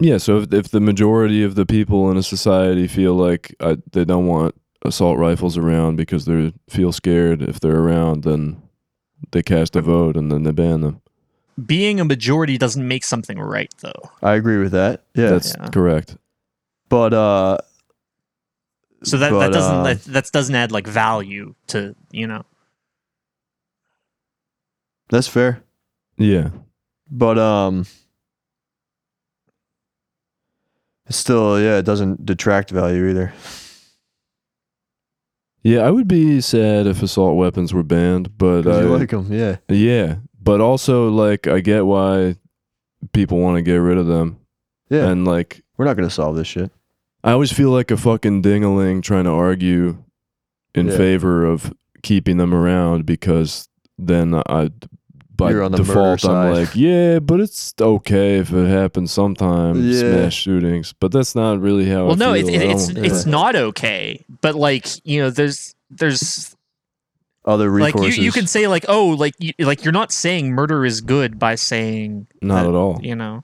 C: Yeah. So if, if the majority of the people in a society feel like uh, they don't want assault rifles around because they feel scared if they're around, then they cast a vote and then they ban them.
B: Being a majority doesn't make something right, though.
A: I agree with that. Yeah.
C: That's
B: Yeah.
C: correct.
A: but uh
B: So that,
A: But,
B: that doesn't
A: uh,
B: that, that doesn't add like value to you know.
A: that's fair.
C: Yeah.
A: But um it's still yeah, it doesn't detract value either.
C: Yeah. I would be sad if assault weapons were banned, but
A: 'Cause
C: I,
A: you like 'em, yeah.
C: yeah. But also, like, I get why people want to get rid of them.
A: Yeah.
C: And, like,
A: We're not going to solve this shit.
C: I always feel like a fucking dingaling trying to argue in
A: Yeah.
C: favor of keeping them around because then I, by
A: You're on the murder
C: default,
A: side.
C: I'm like, yeah, but it's okay if it happens sometimes,
A: Yeah.
C: smash shootings. But that's not really how.
A: Oh,
B: well,
C: I
B: no, it,
C: feel.
B: it,
C: I
B: it's
C: don't- eh,
B: it's
A: yeah.
B: not okay. But like you know, there's there's
A: Other
B: like
A: recourses.
B: you, you can say like oh like you, like you're not saying murder is good by saying
C: not at all.
B: you know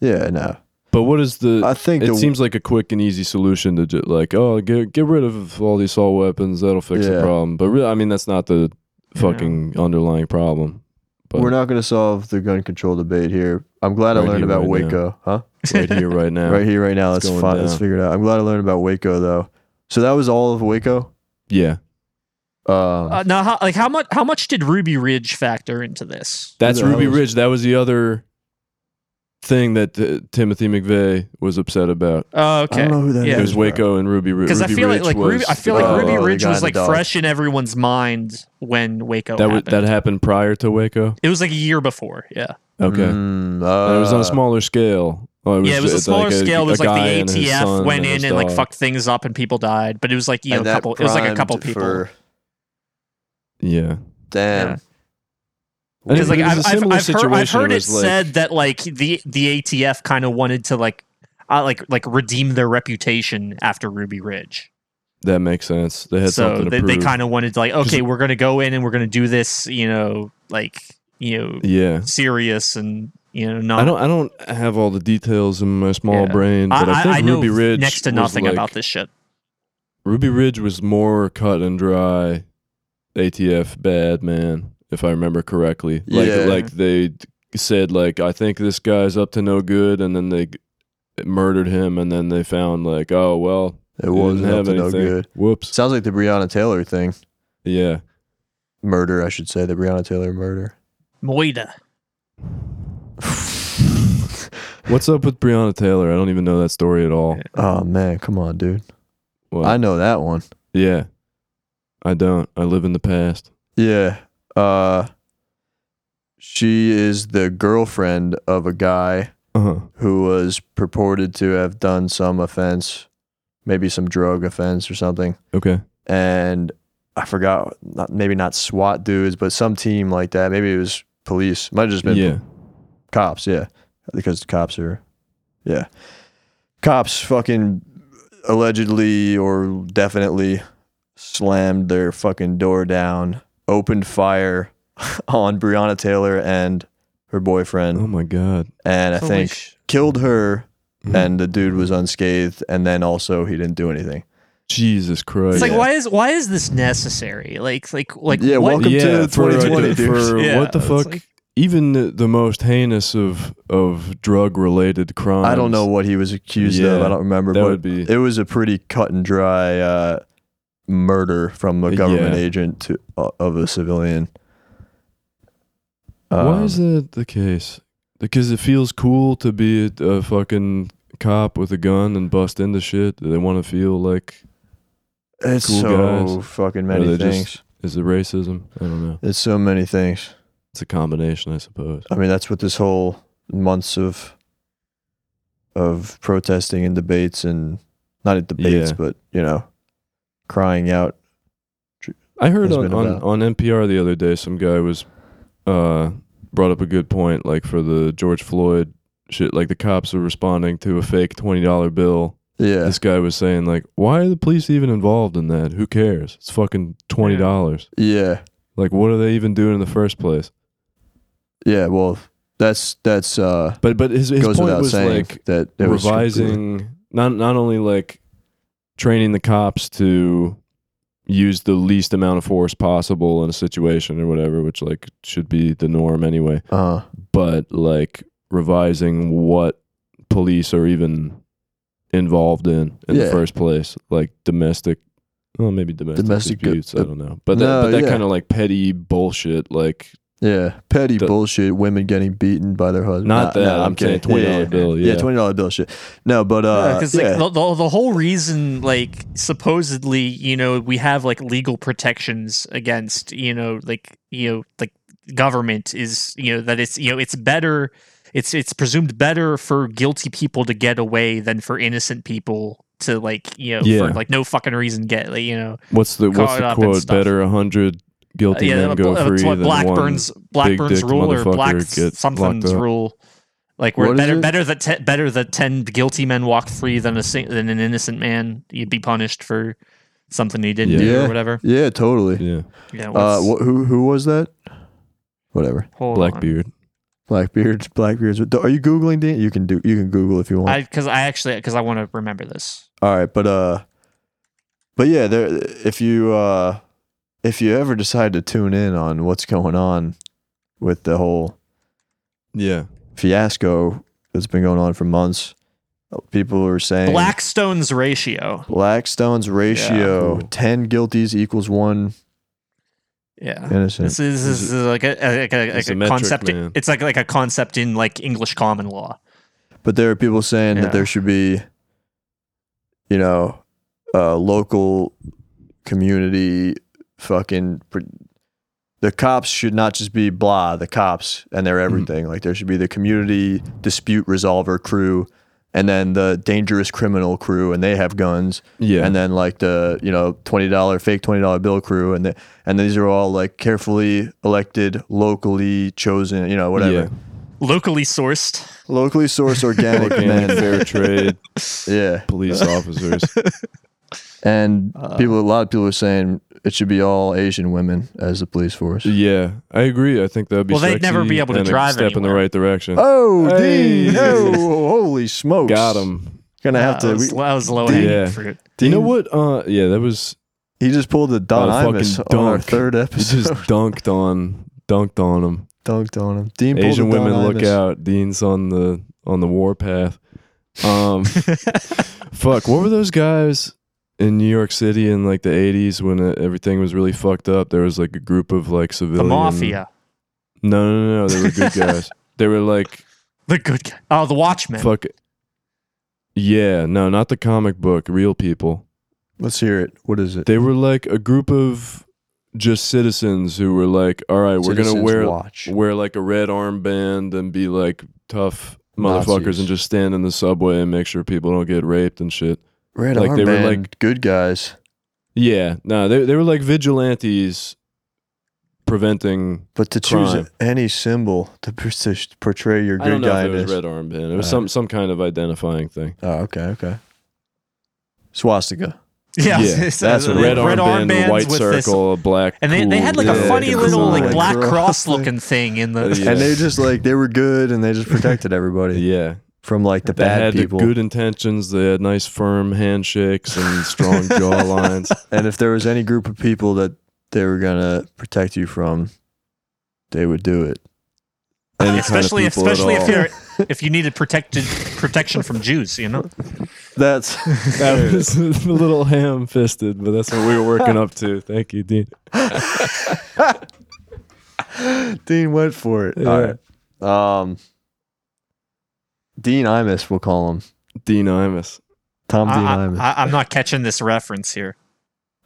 A: Yeah, no.
C: But what is the?
A: I think
C: it
A: the,
C: seems like a quick and easy solution to ju- like, oh, get get rid of all these assault weapons. That'll fix the
A: Yeah.
C: problem. But really, I mean, that's not the
B: Yeah.
C: fucking underlying problem. But
A: we're not going to solve the gun control debate here. I'm glad I
C: Right
A: learned
C: here,
A: about
C: right now.
A: Waco, huh?
C: right here, right now.
A: Right here, right now.
C: It's
A: Let's
C: going
A: find, let's
C: down.
A: figure it out. I'm glad I learned about Waco though. So that was all of Waco.
C: Yeah.
A: Um,
B: uh, now how, like how much how much did Ruby Ridge factor into this?
C: That's
A: Who the
C: Ruby
A: hell is-
C: Ridge. That was the other thing that uh, Timothy McVeigh was upset about.
B: Oh,
A: I
B: okay.
A: don't know who that is.
B: Yeah.
C: It was Waco and Ruby Ridge. uh,
B: Because I feel like, like Ruby, I feel like
A: Oh,
B: Ruby
A: the
B: Ridge
A: guy
B: was
A: in the
B: like
A: dog.
B: fresh in everyone's mind when Waco
C: that wa-
B: happened.
C: that happened prior to Waco.
B: it was like a year before. Yeah.
C: Okay,
A: Mm,
C: And it was on
A: uh,
C: a smaller scale. Oh, it
B: yeah, it was a
C: just
B: smaller
C: like
B: scale. It was
C: a
B: like
C: guy and
B: the
C: his son
B: ATF went
C: his
B: in and like
C: dog.
B: fucked things up and people died, but it was like you know
A: and
B: a
A: that
B: couple. It was like a
A: primed
B: couple people.
A: for-
C: Yeah,
A: damn.
B: Yeah.
C: And it-
B: Because like
C: it was a
B: I've, I've,
C: similar
B: I've heard, I've
C: situation.
B: heard it
C: was, like-
B: said that like the the ATF kind of wanted to like uh, like like redeem their reputation after Ruby Ridge.
C: that makes sense. They had
B: so
C: something
B: they,
C: to
B: they
C: prove.
B: kind of wanted to like okay,
C: Just-
B: we're gonna go in and we're gonna do this. You know, like you know,
C: yeah.
B: serious and you know not.
C: I don't. I don't have all the details in my small
B: Oh. Yeah.
C: brain, but I,
B: I-
C: think
B: I know
C: Ruby Ridge
B: next to
C: was,
B: nothing
C: like,
B: about this shit.
C: Ruby Ridge was more cut and dry ATF bad man, if I remember correctly. Like
A: Yeah.
C: like they d- said like I think this guy's up to no good and then they g- murdered him and then they found like oh well
A: It
C: he
A: wasn't
C: didn't
A: up
C: have
A: to no
C: anything.
A: good.
C: Whoops.
A: Sounds like the Breonna Taylor thing.
C: Yeah.
A: Murder, I should say, the Breonna Taylor murder.
B: Moida.
C: What's up with Breonna Taylor? I don't even know that story at all.
A: oh man, come on, dude.
C: What?
A: I know that one.
C: yeah. I don't. I live in the past.
A: Yeah. Uh she is the girlfriend of a guy
C: Uh-huh.
A: who was purported to have done some offense, maybe some drug offense or something.
C: Okay.
A: and I forgot, not, maybe not SWAT dudes, but some team like that. Maybe it was police. Might have just been
C: Yeah.
A: cops. Yeah, because the cops are, yeah, cops fucking allegedly or definitely slammed their fucking door down, opened fire on Breonna Taylor and her boyfriend,
C: Oh my god.
A: and I
B: Holy
A: think
B: sh-
A: killed her. And the dude was unscathed, and then also he didn't do anything.
C: Jesus Christ.
B: It's like
A: Yeah.
B: why is why is this necessary? Like like like
A: Yeah,
B: what?
A: welcome to
C: for-
A: 2020, dude.
C: for
B: Yeah,
C: what the
B: it's
C: fuck?
B: like-
C: Even the, the most heinous of of drug related crimes.
A: I don't know what he was accused of.
C: Yeah,
A: I don't remember.
C: That
A: but
C: would be
A: it was a pretty cut and dry uh, murder from a government
C: Yeah.
A: agent to uh, of a civilian.
C: why
A: Um,
C: is that the case? Because it feels cool to be a, a fucking cop with a gun and bust into shit. They want to feel like
A: it's
C: cool
A: so fucking many
C: Or they
A: things?
C: just- is it racism? I don't know.
A: it's so many things.
C: It's a combination, I suppose.
A: I mean, that's what this whole months of of protesting and debates and not at debates,
C: Yeah.
A: but you know, crying out.
C: I heard
A: Has
C: on,
A: been
C: on,
A: about.
C: on NPR the other day, some guy was uh, brought up a good point, like for the George Floyd shit. Like the cops are responding to a fake twenty dollar bill
A: Yeah.
C: This guy was saying like, "Why are the police even involved in that? Who cares? It's fucking twenty dollars.
A: Yeah.
C: Like, what are they even doing in the first place?"
A: Yeah. Well, that's that's uh
C: But but his his
A: goes
C: point
A: without
C: was
A: saying
C: like
A: that it was strictly-
C: revising not not only like training the cops to use the least amount of force possible in a situation or whatever, which like should be the norm anyway.
A: Uh,
C: but like revising what police are even involved in in
A: Yeah.
C: the first place, like domestic, well, maybe domestic,
A: Domestic go-
C: disputes. I don't know, but that,
A: No,
C: but that
A: yeah.
C: kind of like petty bullshit, like
A: yeah, petty
C: The-
A: bullshit. Women getting beaten by their husband.
C: Not that, I'm saying
A: kidding.
C: $20 bill, yeah.
A: twenty dollar bill shit. No, but
B: Yeah,
A: uh,
B: 'cause,
A: yeah,
B: like the, the, the whole reason like supposedly you know we have like legal protections against you know like you know like government is you know that it's you know it's better it's it's presumed better for guilty people to get away than for innocent people to like you know
C: Yeah.
B: for like no fucking reason get like, you know
C: what's the what's
B: Caught
C: the
B: up and
C: quote?
B: stuff.
C: Better a hundred guilty
B: yeah
C: men
B: that-
C: go free
B: that's what
C: than one.
B: Blackburn's Blackburn's
C: dick
B: rule or
C: motherfucker
B: Black
C: get
B: something's
C: locked up.
B: rule like we're
A: What is
B: better
A: it?
B: better that te- better that ten guilty men walk free than a sing- than an innocent man you'd be punished for something he didn't do
A: Yeah.
B: or whatever.
A: yeah, totally.
C: Yeah,
B: Yeah,
A: Uh,
B: what's-
A: wh- who who was that? Whatever.
B: hold on.
C: Blackbeard.
A: Blackbeard. Blackbeard's. Are you googling? Dan? You can do. You can Google if you want.
B: I because I actually because I want to remember this.
A: All right, but uh, but yeah, there. If you uh, if you ever decide to tune in on what's going on with the whole
C: Yeah,
A: fiasco that's been going on for months, people are saying
B: Blackstone's ratio.
A: Blackstone's ratio
C: Cool.
A: ten guilties equals one
B: Yeah.
A: innocent.
B: Uh, This is, this is like a, a- like a, like
C: It's a
B: a,
C: metric,
B: concept.
C: man.
B: It's like like a concept in like English common law.
A: But there are people saying
B: Yeah.
A: that there should be, you know, uh, local community fucking. Pr- the cops should not just be blah, the cops and they're
B: Mm-hmm.
A: everything. Like there should be the community dispute resolver crew and then the dangerous criminal crew and they have guns
C: yeah,
A: and then like the you know twenty dollar fake twenty dollar bill crew, and the, and these are all like carefully elected, locally chosen, you know whatever,
C: yeah.
B: Locally soured.
A: locally sourced organic
C: Organic,
A: men,
C: fair trade,
A: yeah.
C: police officers.
A: And people, a lot of people are saying it should be all Asian women as the police force.
C: Yeah, I agree. I think that'd be
B: Well, they'd never
C: sexy
B: be able to
C: and a
B: drive
C: step in the
B: anywhere.
C: right direction.
A: Oh,
C: Hey.
A: Dean! Oh, holy smokes!
C: Got him.
A: Gonna have
B: that,
A: to.
B: was,
A: we-
B: that was low hanging
C: Yeah.
B: fruit.
C: Do you know
A: Dean-
C: what? Uh, yeah, that was
A: he just pulled the Don
C: Got a fucking
A: Imus on our
C: dunk.
A: third
C: he
A: episode.
C: just dunked on, dunked on him.
A: dunked on him. Dean pulled
C: Asian
A: the Don
C: women, look
A: Imus.
C: out! Dean's on the on the warpath. Um, fuck, what were those guys in New York City in like the '80s when uh, everything was really fucked up? There was like a group of like
B: The
C: civilian
B: mafia.
C: No, no, no, no they were good guys. they were like
B: The good guy. Oh, the Watchmen.
C: fuck. Yeah, no, not the comic book. Real people.
A: Let's hear it. What is it?
C: They were like a group of just citizens who were like, "All right, we're gonna
A: Citizens
C: wear
A: watch.
C: wear like a red armband and be like tough motherfuckers
A: Nazis.
C: and just stand in the subway and make sure people don't get raped and shit."
A: Red
C: like,
A: like
C: they were,
A: armband,
C: like-
A: good guys.
C: Yeah, no, they they were like vigilantes preventing.
A: But to choose
C: crime.
A: any symbol to, per- to portray your
C: I don't
A: good
C: know if it
A: guy
C: was red armband. It was
A: Uh,
C: some some kind of identifying thing.
A: Oh, okay, okay. Swastika.
B: Yeah,
C: Yeah,
B: it's-
A: that's a
B: uh,
C: A
A: they-
C: red,
A: red
C: armband,
B: armbands
C: a white
B: with this-
C: circle, a black,
B: and they, they had like
A: cool
B: a funny
A: design.
B: little like
A: Black
B: black
A: cross
B: cross
A: thing.
B: looking thing in the.
C: Yeah.
A: And they just like they were good and they just protected everybody
C: yeah.
A: from like the
C: They
A: bad
C: had
A: people.
C: good intentions. They had nice, firm handshakes and strong jawlines.
A: And if there was any group of people that they were gonna protect you from, they would do it.
C: Any
B: Especially,
C: kind of people at
B: especially if
C: all.
B: you're if you needed protected protection from Jews, you know.
A: That's
C: That was a little ham fisted, but that's what we were working up to. Thank you, Dean.
A: Dean went for it.
C: Yeah.
A: All right. Um Dean Imus, we'll call him.
C: Dean Imus.
A: Tom Dean
B: I,
A: Imus.
B: I, am not catching this reference here.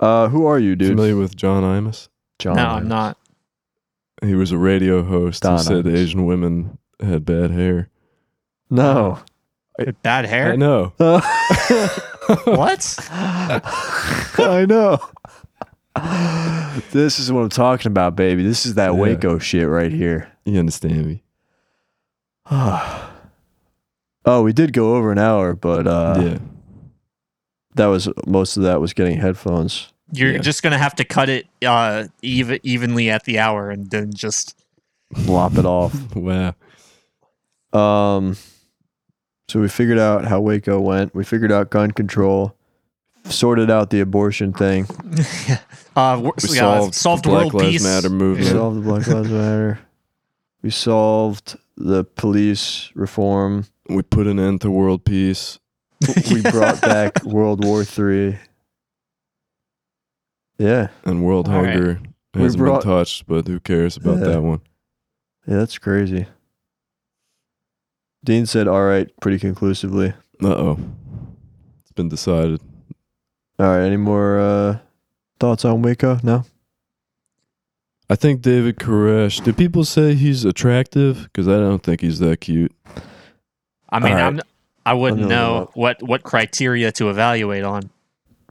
A: uh who are you, dude?
C: Familiar with John Imus?
A: John.
B: no, I'm
A: Imus.
B: not.
C: He was a radio host
A: Don
C: who said
A: Imus.
C: Asian women had bad hair.
A: No.
B: Bad
C: I
B: hair.
C: know.
B: What?
A: I know. This is what I'm talking about, baby. This is that
C: Yeah.
A: Waco shit right here.
C: You understand me?
A: oh, we did go over an hour, but uh,
C: yeah.
A: that was most of that was getting headphones.
B: You're
C: Yeah.
B: just gonna have to cut it uh, ev- evenly at the hour, and then just
A: Lop it off.
C: Wow.
A: Um, so we figured out how Waco went. We figured out gun control. Sorted out the abortion thing.
B: uh, wor-
C: We
B: yeah,
C: solved,
B: solved,
C: the
B: world
C: Black Lives
B: peace.
C: Matter
A: We
C: movement.
A: solved the Black Lives Matter. We solved the police reform.
C: We put an end to world peace.
A: We brought back World War Three. Yeah,
C: and world
B: All right.
C: hunger
A: We
C: hasn't
A: brought-
C: been touched, but who cares about
A: Yeah.
C: that one?
A: yeah, that's crazy. Dean said, "All right," pretty conclusively.
C: Uh oh. It's been decided.
A: All right, any more uh, thoughts on Waco? No.
C: I think David Koresh. Do people say he's attractive? Because I don't think he's that cute.
B: I mean,
A: All right.
B: I'm, I wouldn't
A: I'm gonna look
B: know what what criteria to evaluate on.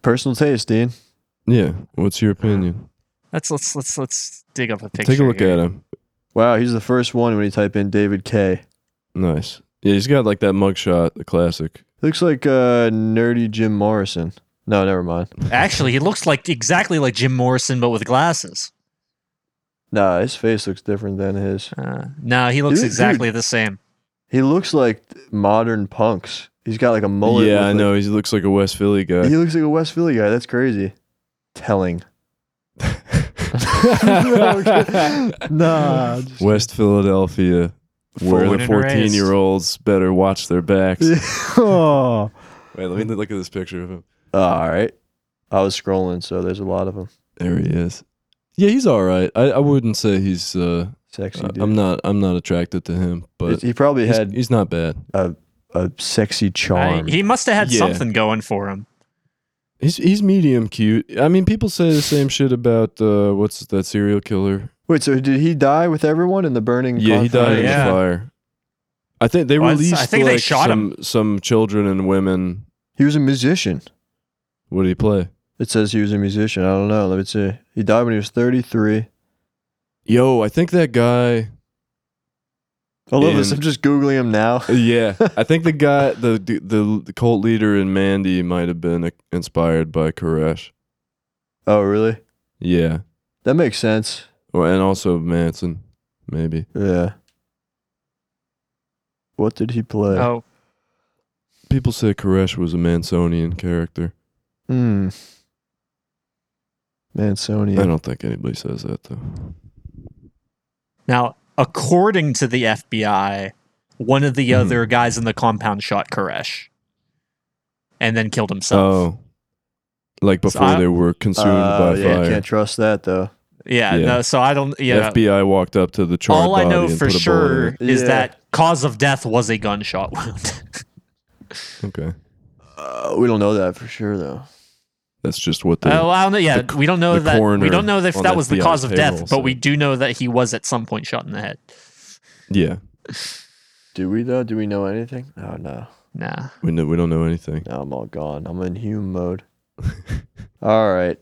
A: Personal taste, Dean.
C: Yeah. What's your opinion?
B: Let's let's let's let's dig up a picture.
C: Take a look at him.
A: Wow, he's the first one when you type in David K.
C: Nice. Yeah, he's got like that mugshot, the classic.
A: Looks like uh, nerdy Jim Morrison. No, never mind.
B: it. Actually, he looks like exactly like Jim Morrison, but with glasses.
A: Nah, his face looks different than his.
B: Uh, no, he looks
A: Dude,
B: exactly the same.
A: He looks like modern punks. He's got like a mullet.
C: yeah,
A: with,
C: I
A: like-
C: know. He looks like a West Philly guy.
A: He looks like a West Philly guy. That's crazy. Telling. nah. I'm just-
C: West Philadelphia. Where
B: Born
C: the
B: and
C: 14
B: raised.
C: year olds better watch their backs.
A: oh.
C: Wait, let me look at this picture of him.
A: All right. I was scrolling, so there's a lot of them.
C: There he is. Yeah, he's all right. I, I wouldn't say he's. Uh,
A: Sexy
C: I-
A: dude.
C: I'm not. I'm not attracted to him, but
A: he probably
C: he's,
A: had
C: he's not bad.
A: a sexy
B: I-
A: charm.
B: he must have had
C: Yeah.
B: something going for him.
C: He's he's medium cute. I mean, people say the same shit about uh, what's that serial killer?
A: Wait, so did he die with everyone in the burning?
C: Yeah, he
A: bonfire?
C: died in
B: Yeah.
C: the fire. I think they
B: Well, it's-
C: released.
B: I think they
C: like,
B: shot
C: some, Some children and women.
A: He was a musician.
C: What did he play?
A: It says he was a musician. I don't know. Let me see. He died when he was 33.
C: Yo, I think that guy.
A: I love this.
C: And-
A: I'm just googling him now.
C: Yeah, I think the guy, the the, the cult leader in Mandy, might have been inspired by Koresh.
A: Oh, really?
C: Yeah,
A: That makes sense.
C: Well, and also Manson, maybe.
A: Yeah. What did he play?
B: Oh,
C: People say Koresh was a Mansonian character.
A: Hmm.
C: I
A: Mansonia.
C: don't think anybody says that though.
B: now according to the FBI, one of the
C: Mhm.
B: other guys in the compound shot Koresh, and then killed himself.
C: Oh, like
B: So
C: before
B: I-
C: they were consumed
A: Uh,
C: by
A: yeah,
C: fire.
A: can't trust that though.
B: Yeah,
C: Yeah.
B: no, so I don't. Yeah,
C: The FBI walked up to the charred
B: all I
C: body
B: know
C: and
B: for
C: put a bullet in
B: sure
C: it.
A: in it.
B: is
A: Yeah.
B: that cause of death was a gunshot wound.
C: Okay,
A: Uh, we don't know that for sure though.
C: that's just what
B: Oh,
C: they.
B: I don't know. Yeah,
C: the-
B: we don't know
C: the
B: that. We
C: coroner
B: don't know if
C: on
B: that
C: the
B: was the
C: FBI
B: cause of death,
C: payroll
B: but we
C: said.
B: do know that he was at some point shot in the head.
C: yeah,
A: Do we though? Do we know anything? No, no,
B: Nah.
C: we know we don't know anything.
A: no. I'm all gone. I'm in human mode. all right.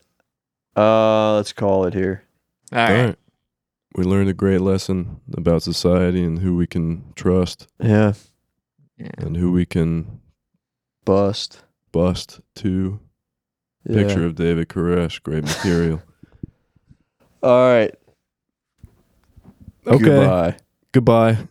A: Uh, let's call it here.
B: All right.
C: All right, we learned a great lesson about society and who we can trust
A: Yeah.
C: and who we can
A: Bust.
C: bust to.
A: Yeah.
C: Picture of David Koresh, great material.
A: All right.
C: okay,
A: Goodbye.
C: goodbye.